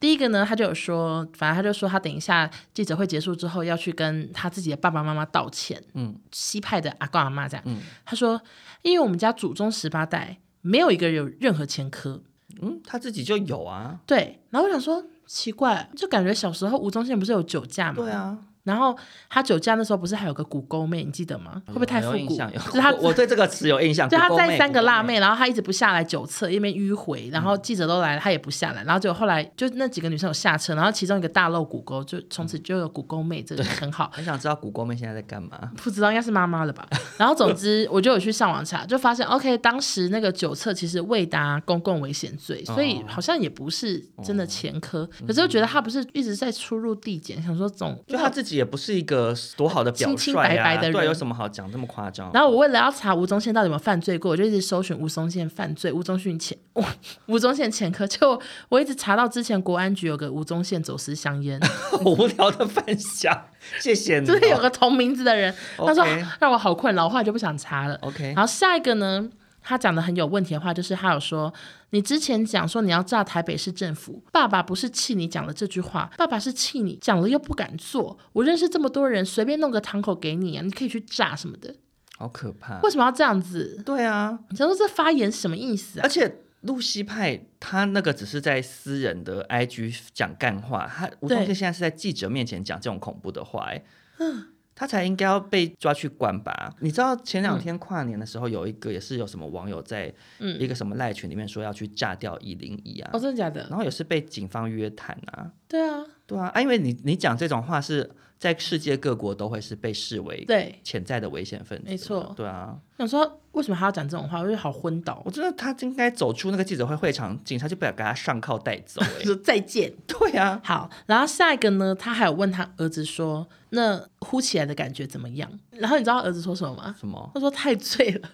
Speaker 3: 第一个呢，他就有说，反正他就说他等一下记者会结束之后要去跟他自己的爸爸妈妈道歉，嗯，西派的阿公阿妈这样。
Speaker 2: 嗯
Speaker 3: 他说，因为我们家祖宗十八代没有一个人有任何前科，
Speaker 2: 嗯，他自己就有啊，
Speaker 3: 对。然后我想说，奇怪，就感觉小时候吴宗宪不是有酒驾吗？
Speaker 2: 对。啊，
Speaker 3: 然后他酒驾那时候不是还有个骨沟妹，你记得吗？会不会太复
Speaker 2: 嗯有哎印
Speaker 3: 古？
Speaker 2: 象？有
Speaker 3: 就是他
Speaker 2: 我我对这个词有印象，
Speaker 3: 就他
Speaker 2: 古宫
Speaker 3: 在三个辣
Speaker 2: 古宫
Speaker 3: 妹，然后他一直不下来酒测，一边迂回，然后记者都来了，他也不下来，然后结果后来就那几个女生有下车，然后其中一个大露骨沟，就从此就有骨沟妹，这个很好。
Speaker 2: 很想知道古宫妹现在在干嘛。
Speaker 3: 不知道应该是妈妈了吧？然后总之我就有去上网查，就发现 OK，当时那个酒测其实未达公共危险罪，所以好像也不是真的前科。可是我觉得他不是一直在出入地检，想说总
Speaker 2: 就他自己也不是一个多好的表率、
Speaker 3: 清
Speaker 2: 啊、
Speaker 3: 清白白的人
Speaker 2: 对，有什么好讲这么夸张？
Speaker 3: 然后我为了要查吴宗宪到底有没有犯罪过，我就一直搜寻吴宗宪犯罪、吴宗宪前、 吴吴宗宪前科，就我一直查到之前国安局有个吴宗宪走私香 烟，
Speaker 2: 好无聊的分享，谢谢你哦、
Speaker 3: 就是有个同名字的人，他说
Speaker 2: OK
Speaker 3: 让我好困扰，我后来就不想查了。
Speaker 2: OK，
Speaker 3: 然后下一个呢，他讲的很有问题的话，就是他有说，你之前讲说你要炸台北市政府，爸爸不是气你讲了这句话，爸爸是气你讲了又不敢做。我认识这么多人，随便弄个堂口给你啊，你可以去炸什么的，
Speaker 2: 好可怕。
Speaker 3: 为什么要这样子？
Speaker 2: 对啊，
Speaker 3: 你想说这发言什么意思啊
Speaker 2: 而？且露西派他那个只是在私人的 IG 讲干话，他吴宗宪现在是在记者面前讲这种恐怖的话、哎，
Speaker 3: 嗯
Speaker 2: 他才应该要被抓去关吧？你知道
Speaker 3: 嗯
Speaker 2: 前两天跨年的时候，有一个也是有什么网友在一个什么赖群里面说要去炸掉一零一啊，
Speaker 3: 哦，真的假的？
Speaker 2: 然后也是被警方约谈啊，
Speaker 3: 对啊，
Speaker 2: 对啊，啊因为你你讲这种话是在世界各国都会是被视为
Speaker 3: 对，
Speaker 2: 潜在的危险分子嘛，
Speaker 3: 没错
Speaker 2: 对啊，
Speaker 3: 想说为什么还要讲这种话，我就好昏倒
Speaker 2: 我。觉得他应该走出那个记者会会场，警察就不敢给他上铐带 走、
Speaker 3: 我
Speaker 2: 欸。
Speaker 3: 说再见。
Speaker 2: 对啊，
Speaker 3: 好，然后下一个呢，他还有问他儿子说，那呼起来的感觉怎么样？然后你知道他儿子说什么吗？
Speaker 2: 什么？
Speaker 3: 他说太醉了，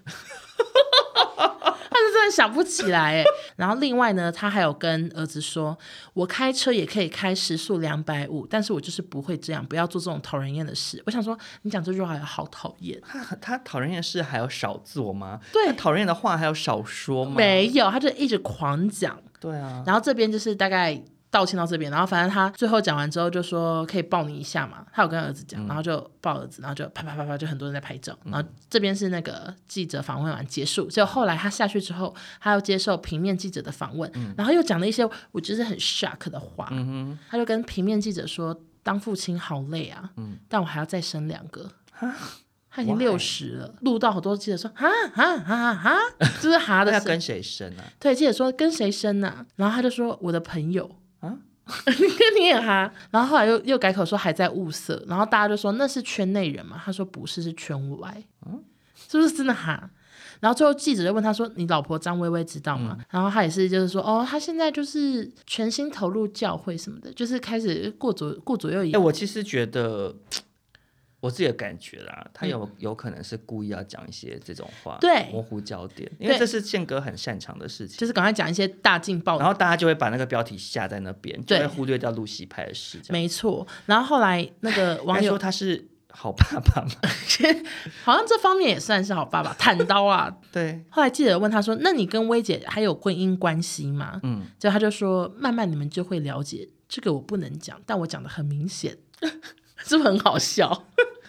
Speaker 3: 他是真的想不起来哎。然后另外呢，他还有跟儿子说，我开车也可以开时速两百五，但是我就是不会这样，不要做这种讨人厌的事。我想说，你讲这句话也好讨厌。
Speaker 2: 他他讨人厌的事还要少做吗？
Speaker 3: 对
Speaker 2: 他讨人厌的话还要少说吗？
Speaker 3: 没有，他就一直狂讲。
Speaker 2: 对啊，
Speaker 3: 然后这边就是大概道歉到这边，然后反正他最后讲完之后就说可以抱你一下嘛，他有跟儿子
Speaker 2: 嗯
Speaker 3: 讲，然后就抱儿子，然后就啪啪啪啪，就很多人在拍照，然后这边是那个记者访问完结束，结果后来他下去之后，他又接受平面记者的访问，
Speaker 2: 嗯
Speaker 3: 然后又讲了一些我就是很 shock 的话，他就跟平面记者说，当父亲好累啊，但我还要再生两个。他已经
Speaker 2: 嗯 Why？
Speaker 3: 六十了，录到好多记者说啊啊啊啊，啊就是哈
Speaker 2: 那
Speaker 3: 的
Speaker 2: 要
Speaker 3: 声音
Speaker 2: 跟谁生啊？
Speaker 3: 对，记者说跟谁生呐、然后他就说我的朋友
Speaker 2: 啊
Speaker 3: 啊， 你跟你也哈，然后后来又又改口说还在物色，然后大家就说那是圈内人嘛，他说不是，是圈外，
Speaker 2: 啊
Speaker 3: 是不是真的哈？然后最后记者就问他说：“你老婆张薇薇知道
Speaker 2: 嗯
Speaker 3: 吗？”然后他也是就是说：“哦，他现在就是全心投入教会什么的，就是开始过左过左右一
Speaker 2: 哎、我其实觉得。我自己的感觉啦，他有、有可能是故意要讲一些这种话，
Speaker 3: 嗯对
Speaker 2: 模糊焦点，因为
Speaker 3: 对
Speaker 2: 这是宪哥很擅长的事情
Speaker 3: 就，是赶快讲一些大劲爆的
Speaker 2: 然后大家就会把那个标题下在那边，就
Speaker 3: 对
Speaker 2: 会忽略掉露西派的事。这样
Speaker 3: 没错。”然后后来那个网
Speaker 2: 该
Speaker 3: 友
Speaker 2: 说他是好爸爸吗？
Speaker 3: 好像这方面也算是好爸爸， 坦刀啊，
Speaker 2: 对，
Speaker 3: 后来记者问他说：“那你跟薇姐还有婚姻关系吗？”
Speaker 2: 嗯
Speaker 3: 嗯，就他就说：“慢慢你们就会了解，这个我不能讲，但我讲的很明显。 是不是很好笑？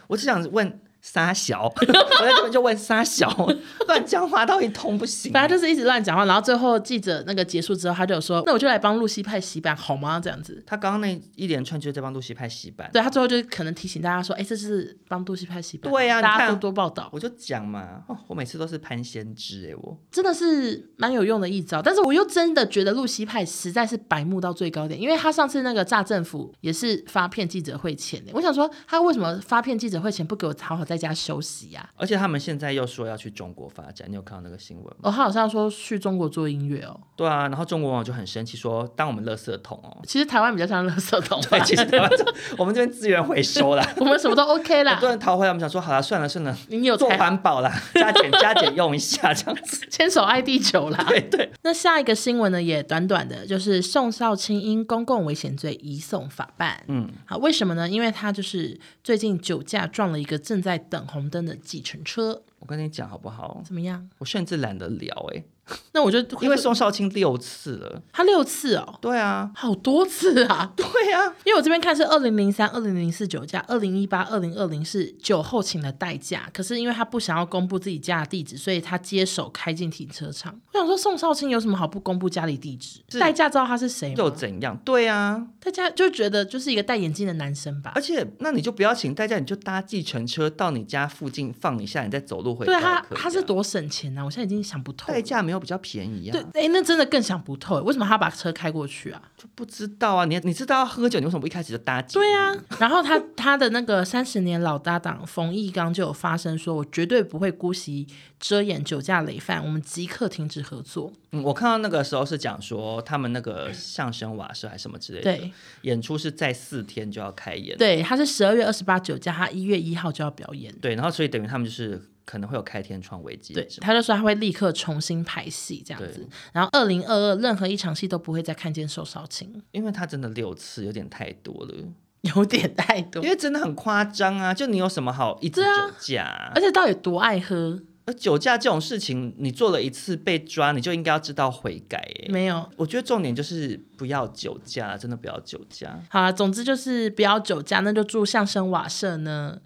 Speaker 2: 我只想问沙小， 我在这边就问沙小， 乱讲话到底通不行？
Speaker 3: 反正就是一直乱讲话，然后最后记者那个结束之后，他就有说：“那我就来帮露西派洗版好吗？”这样子。
Speaker 2: 他刚刚那一连串就是在帮露西派洗版。
Speaker 3: 对他最后就可能提醒大家说：“哎、这是帮露西派洗版。”
Speaker 2: 对呀啊
Speaker 3: 大
Speaker 2: 你
Speaker 3: 家
Speaker 2: 看
Speaker 3: 多多报道，
Speaker 2: 我就讲嘛，哦，我每次都是潘先知哎、我
Speaker 3: 真的是蛮有用的一招。但是我又真的觉得露西派实在是白目到最高点，因为他上次那个炸政府也是发片记者会前，我想说他为什么发片记者会前不给我好好在家休息啊呀、
Speaker 2: 而且他们现在又说要去中国发展，你有看到那个新闻吗？
Speaker 3: 哦，他好像说去中国做音乐哦。
Speaker 2: 对啊，然后中国网友就很生气说，当我们垃圾桶哦。
Speaker 3: 其实台湾比较像垃圾桶吧，
Speaker 2: 对，其实台湾我们这边资源回收啦，
Speaker 3: 我们什么都 OK
Speaker 2: 很
Speaker 3: 啦
Speaker 2: 多。人逃回来，我们想说好了，算了算了，
Speaker 3: 你有
Speaker 2: 做
Speaker 3: 才
Speaker 2: 环保啦，加减 加减用一下这样子。
Speaker 3: 牵手爱地球啦。
Speaker 2: 对对，
Speaker 3: 那下一个新闻呢，也短短的，就是宋少卿因公共危险罪移送法办。
Speaker 2: 嗯，
Speaker 3: 好，为什么呢？因为他就是最近酒驾撞了一个正在等红灯的计程车，
Speaker 2: 我跟你讲好不好？
Speaker 3: 怎么样？
Speaker 2: 我甚至懒得聊哎、
Speaker 3: 那我就
Speaker 2: 因为宋少卿六次了。
Speaker 3: 他六次哦，
Speaker 2: 对啊，
Speaker 3: 好多次啊。
Speaker 2: 对啊，
Speaker 3: 因为我这边看是二零零三、二零零四酒驾，二零一八、二零二零是酒后请的代驾。可是因为他不想要公布自己家的地址，所以他接手开进停车场。我想说，宋少卿有什么好不公布家里地址？
Speaker 2: 是
Speaker 3: 代驾知道他是谁
Speaker 2: 又
Speaker 3: 吗？
Speaker 2: 怎样？对啊，
Speaker 3: 大家就觉得就是一个戴眼镜的男生吧
Speaker 2: 而。且那你就不要请代驾，你就搭计程车到你家附近放一下，你再走路回家
Speaker 3: 对
Speaker 2: 也可以
Speaker 3: 他
Speaker 2: 啊。，
Speaker 3: 他是多省钱啊！我现在已经想不透了
Speaker 2: 代。驾没有比较便宜
Speaker 3: 对
Speaker 2: 啊？，
Speaker 3: 哎，那真的更想不透，为什么他把车开过去啊？
Speaker 2: 就不知道啊，你你知道要喝酒，你为什么不一开始就搭？
Speaker 3: 对，啊，然后他他的那个三十年老搭档冯一刚就有发声说，我绝对不会姑息遮掩酒驾累犯，我们即刻停止合作。
Speaker 2: 嗯，我看到那个时候是讲说他们那个相声瓦舍还是什么之类的，
Speaker 3: 对
Speaker 2: 演出是在四天就要开演，
Speaker 3: 对，他是十二月二十八酒驾，他一月一号就要表演。
Speaker 2: 对然后所以等于他们就是可能会有开天窗危机，
Speaker 3: 对，他就说他会立刻重新排戏这样子
Speaker 2: 对，
Speaker 3: 然后二零二二任何一场戏都不会再看见受少卿，
Speaker 2: 因为他真的六次有点太多了，
Speaker 3: 有点太多
Speaker 2: 因。为真的很夸张啊！就你有什么好一直
Speaker 3: 对啊
Speaker 2: 酒驾啊、
Speaker 3: 而且到底多爱喝？
Speaker 2: 而酒驾这种事情，你做了一次被抓，你就应该要知道悔改、欸。
Speaker 3: 没有，
Speaker 2: 我觉得重点就是不要酒驾，真的不要酒驾，
Speaker 3: 好啦，总之就是不要酒驾，那就住相声瓦舍呢。，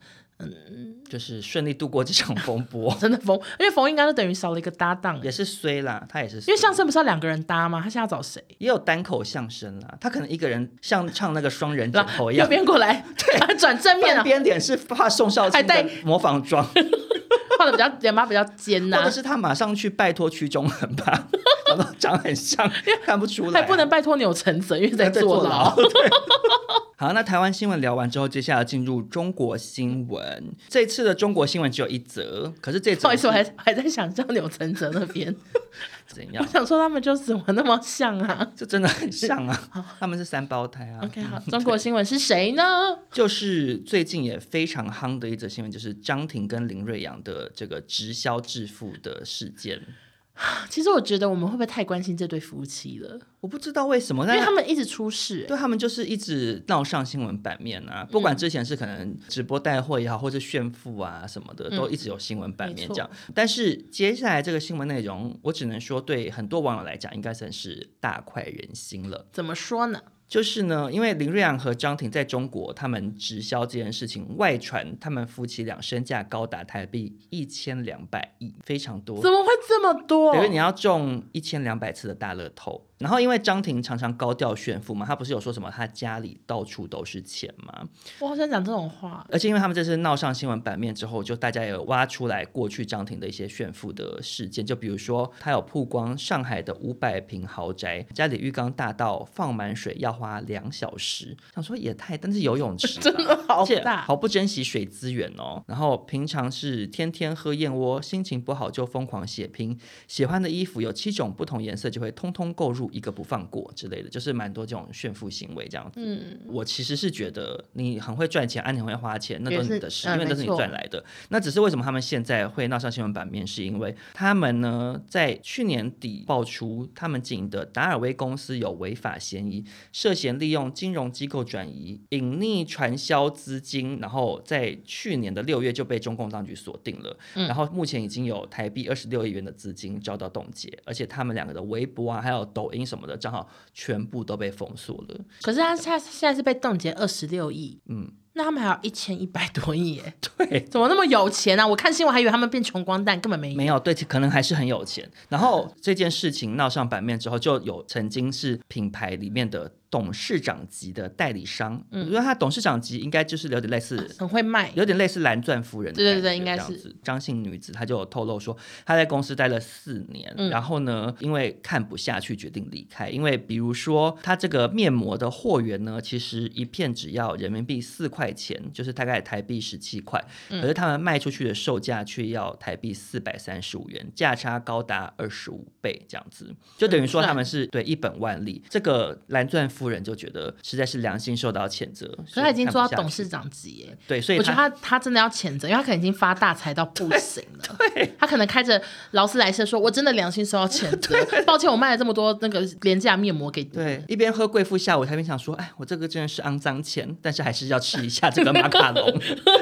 Speaker 2: 就是顺利度过这场风波
Speaker 3: 真的冯，而且冯应该就等于少了一个搭档欸，
Speaker 2: 也是衰啦，他也是
Speaker 3: 因
Speaker 2: 衰，
Speaker 3: 为相声不是要两个人搭吗？他现在要找谁？
Speaker 2: 也有单口相声啦，他可能一个人像唱那个双人枕头一
Speaker 3: 右
Speaker 2: 样，
Speaker 3: 边过来， 对，转正面
Speaker 2: 半
Speaker 3: 啊，
Speaker 2: 边脸是怕宋少
Speaker 3: 还
Speaker 2: 卿
Speaker 3: 戴
Speaker 2: 的模仿妆，或
Speaker 3: 画的比较脸巴比较尖呐、
Speaker 2: 者是他马上去拜托屈中 恒吧，然后长很像，看不出来、
Speaker 3: 还不能。拜托钮承泽，因为在
Speaker 2: 在
Speaker 3: 坐
Speaker 2: 坐
Speaker 3: 牢
Speaker 2: 牢。。 好，那台湾新闻聊完之后，接下来进入中国新闻。这次的中国新闻只有一则，可是这则
Speaker 3: 不好意思，我还还在想象钮承泽那边，
Speaker 2: 怎
Speaker 3: 我
Speaker 2: 样？
Speaker 3: 想说他们就怎么那么像啊
Speaker 2: 这真的很像 啊，他们是三胞胎啊。
Speaker 3: ？OK，好，中国新闻是谁呢？
Speaker 2: 就是最近也非常夯的一则新闻，就是张庭跟林瑞阳的这个直销致富的事件。
Speaker 3: 其实我觉得我们会不会太关心这对夫妻了？
Speaker 2: 我不知道为什么，
Speaker 3: 因为
Speaker 2: 但
Speaker 3: 他们一直出事、欸
Speaker 2: 对他们就是一直闹上新闻版面啊，不管之前是可能直播带货也好，或是炫富啊什么的，都一直有新闻版面这样。但是接下来这个新闻内容，我只能说对很多网友来讲，应该算是大快人心了。
Speaker 3: 怎么说呢？
Speaker 2: 就是呢，因为林瑞阳和张庭在中国，他们直销这件事情外传，他们夫妻俩身价高达台币一千两百亿，非常多。
Speaker 3: 怎么会这么多？
Speaker 2: 等于你要中一千两百次的大乐透。然后因为张庭常常高调炫富嘛，他不是有说什么他家里到处都是钱嘛？
Speaker 3: 我好想讲这种 话。
Speaker 2: 而且因为他们这次闹上新闻版面之后，就大家也有挖出来过去张庭的一些炫富的事件，就比如说他有曝光上海的五百平豪宅，家里浴缸大到放满水要花两小时，想说也太，但是游泳池
Speaker 3: 真的好
Speaker 2: 而且
Speaker 3: 大
Speaker 2: 好不珍惜水资源哦。然后平常是天天喝燕窝，心情不好就疯狂血拼，喜欢的衣服有七种不同颜色，就会通通购入，一个不放过之类的，就是蛮多这种炫富行为这样子。嗯，我其实是觉得你很会赚钱，啊，你很会花钱，那都
Speaker 3: 也
Speaker 2: 是
Speaker 3: 是
Speaker 2: 你的事，
Speaker 3: 嗯
Speaker 2: 因为都
Speaker 3: 没
Speaker 2: 是你
Speaker 3: 错
Speaker 2: 赚来的。那只是为什么他们现在会闹上新闻版面，是因为他们呢在去年底爆出他们经营的达尔威公司有违法嫌疑，涉嫌利用金融机构转移、隐匿传销资金，然后在去年的六月就被中共当局锁定了。
Speaker 3: 嗯
Speaker 2: 然后目前已经有台币二十六亿元的资金遭到冻结，而且他们两个的微博啊，还有抖音音什么的账号全部都被封锁了。
Speaker 3: 可是他现在现在是被冻结二十六亿，嗯，那他们还有一千一百多亿 耶，
Speaker 2: 对，
Speaker 3: 怎么那么有钱啊？我看新闻还以为他们变穷光蛋，根本没
Speaker 2: 没有，嗯对，可能还是很有钱。然后这件事情闹上版面之后，就有曾经是品牌里面的董事长级的代理商，我觉得他董事长级应该嗯啊就是有点类似
Speaker 3: 很会卖，
Speaker 2: 有点类似蓝钻夫人的
Speaker 3: 对对
Speaker 2: 感觉
Speaker 3: 对应该
Speaker 2: 这样
Speaker 3: 是
Speaker 2: 子张姓女子，她就有透露说，她在公司待了四年，
Speaker 3: 嗯
Speaker 2: 然后呢，因为看不下去决定离开，因为比如说她这个面膜的货源呢，其实一片只要人民币四块钱，就是大概台币十七块，
Speaker 3: 嗯
Speaker 2: 可是他们卖出去的售价却要台币四百三十五元，价差高达二十五倍这样子，就等于说
Speaker 3: 很赚
Speaker 2: 他们是对一本万利。这个蓝钻夫人就觉得实在是良心受到谴责，
Speaker 3: 可是他已经做到
Speaker 2: 所以看不
Speaker 3: 董
Speaker 2: 下去
Speaker 3: 事，长级耶。
Speaker 2: 对，所以
Speaker 3: 我觉得他他真的要谴责，因为他可能已经发大财到不行 了。对，他可能开着劳斯莱斯说：“我真的良心受到谴 责，抱歉，我卖了这么多那个廉价面膜给你。”
Speaker 2: 对，一边喝贵妇下午茶，一边想说，哎，我这个真的是肮脏钱，但是还是要吃一下这个马卡龙。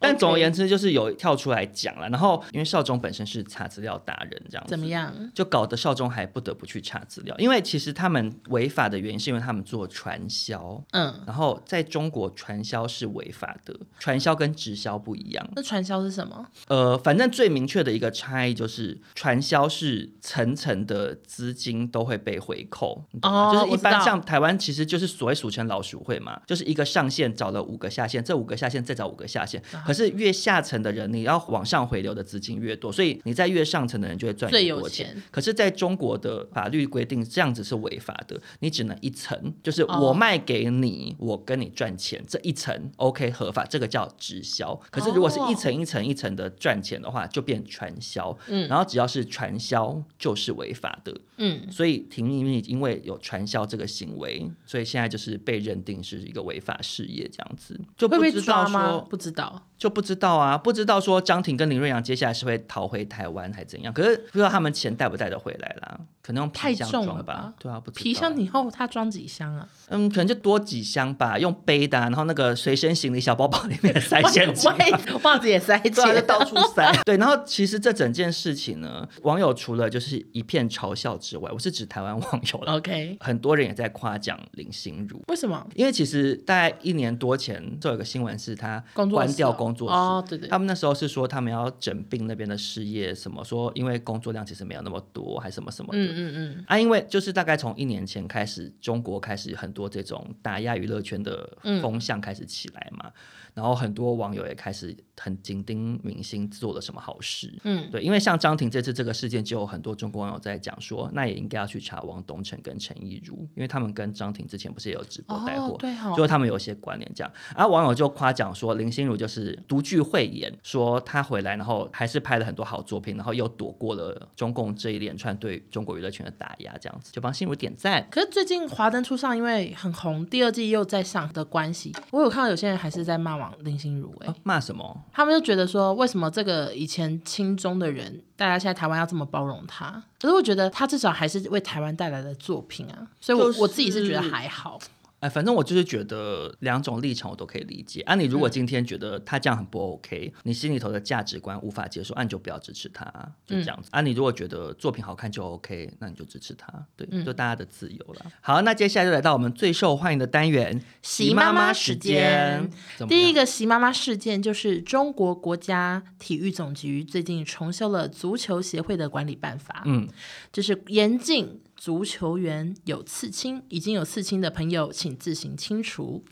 Speaker 2: 但总而言之，就是有跳出来讲了。然后，因为少中本身是查资料达人，这样子
Speaker 3: 怎么样？
Speaker 2: 就搞得少中还不得不去查资料，因为其实他们违法的原因是因为他们做传销，
Speaker 3: 嗯，
Speaker 2: 然后在中国传销是违法的，传销跟直销不一样。
Speaker 3: 那传销是什么？
Speaker 2: 呃，反正最明确的一个差异就是，传销是层层的资金都会被回扣，你懂
Speaker 3: 哦
Speaker 2: 吗就是一
Speaker 3: 我知道
Speaker 2: 般像台湾其实就是所谓俗称老鼠会嘛，就是一个上线找了五个下线，这五个下线再找五个下线，
Speaker 3: 啊
Speaker 2: 可是越下层的人你要往上回流的资金越多，所以你在越上层的人就会赚
Speaker 3: 最
Speaker 2: 越
Speaker 3: 有
Speaker 2: 多
Speaker 3: 钱
Speaker 2: 可是在中国的法律规定，这样子是违法的，你只能一层，就是
Speaker 3: 哦
Speaker 2: 我卖给你，我跟你赚钱这一层 OK 合法，这个叫直销。可是如果
Speaker 3: 哦
Speaker 2: 是一层一层一层的赚钱的话，就变传销。
Speaker 3: 嗯
Speaker 2: 然后只要是传销就是违法的，
Speaker 3: 嗯，
Speaker 2: 所以婷婷因为有传销这个行为，所以现在就是被认定是一个违法事业这样子，就
Speaker 3: 会
Speaker 2: 不
Speaker 3: 被
Speaker 2: 知
Speaker 3: 抓
Speaker 2: 道
Speaker 3: 吗
Speaker 2: 说？
Speaker 3: 不知道。
Speaker 2: 就不知道啊，不知道说张庭跟林瑞阳接下来是会逃回台湾还怎样，可是不知道他们钱带不带得回来啦，可能用皮
Speaker 3: 太
Speaker 2: 箱
Speaker 3: 重
Speaker 2: 装
Speaker 3: 了吧
Speaker 2: 吧，对啊，不知道
Speaker 3: 皮箱你要他装几箱啊？
Speaker 2: 嗯，可能就多几箱吧，用背的啊、然后那个随身行李小包包里 面塞现金啊、
Speaker 3: 喂袜子也塞
Speaker 2: 对啊，就
Speaker 3: 钱，
Speaker 2: 到处塞。 对，然后其实这整件事情呢，网友除了就是一片嘲笑之外，我是指台湾网友了，
Speaker 3: OK，
Speaker 2: 很多人也在夸奖林心如。
Speaker 3: 为什么？
Speaker 2: 因为其实大概一年多前，就有个新闻是他
Speaker 3: 工作室
Speaker 2: 关掉
Speaker 3: 哦
Speaker 2: 工作室，
Speaker 3: 哦对对
Speaker 2: 他们那时候是说他们要整并那边的事业，什么说因为工作量其实没有那么多，还什么什么的。
Speaker 3: 嗯嗯嗯，
Speaker 2: 啊，因为就是大概从一年前开始，中国开始很多这种打压娱乐圈的
Speaker 3: 嗯
Speaker 2: 风向开始起来嘛，然后很多网友也开始很紧盯明星做了什么好事。
Speaker 3: 嗯
Speaker 2: 对，因为像张庭这次这个事件，就有很多中国网友在讲说，那也应该要去查王东城跟陈亦儒，因为他们跟张庭之前不是也有直播带货，
Speaker 3: 哦对哦
Speaker 2: 就他们有一些关联这样。然后网友就夸奖说，林心如就是独具慧眼，说她回来，然后还是拍了很多好作品，然后又躲过了中共这一连串对中国娱乐圈的打压，这样子就帮心如点赞。
Speaker 3: 可是最近《华灯初上》因为很红，第二季又在上的关系，我有看到有些人还是在骂王林心如、欸，
Speaker 2: 啊骂什么？
Speaker 3: 他们就觉得说，为什么这个以前亲中的人，大家现在台湾要这么包容他？可是我觉得他至少还是为台湾带来的作品啊，所以我、
Speaker 2: 就是
Speaker 3: 我自己是觉得还好。
Speaker 2: 哎，反正我就是觉得两种立场我都可以理解。啊，你如果
Speaker 3: 嗯
Speaker 2: 今天觉得他这样很不 OK，、你心里头的价值观无法接受，啊，你就不要支持他，就
Speaker 3: 嗯
Speaker 2: 这样子。啊，你如果觉得作品好看就 OK，那你就支持他，对，
Speaker 3: 嗯
Speaker 2: 就大家的自由了。好，那接下来就来到我们最受欢迎的单元——
Speaker 3: 习妈妈时间
Speaker 2: 怎么样
Speaker 3: 第一个席妈妈事件就是中国国家体育总局最近重修了足球协会的管理办法，
Speaker 2: 嗯，
Speaker 3: 就是严禁足球员有刺青，已经有刺青的朋友请自行清除。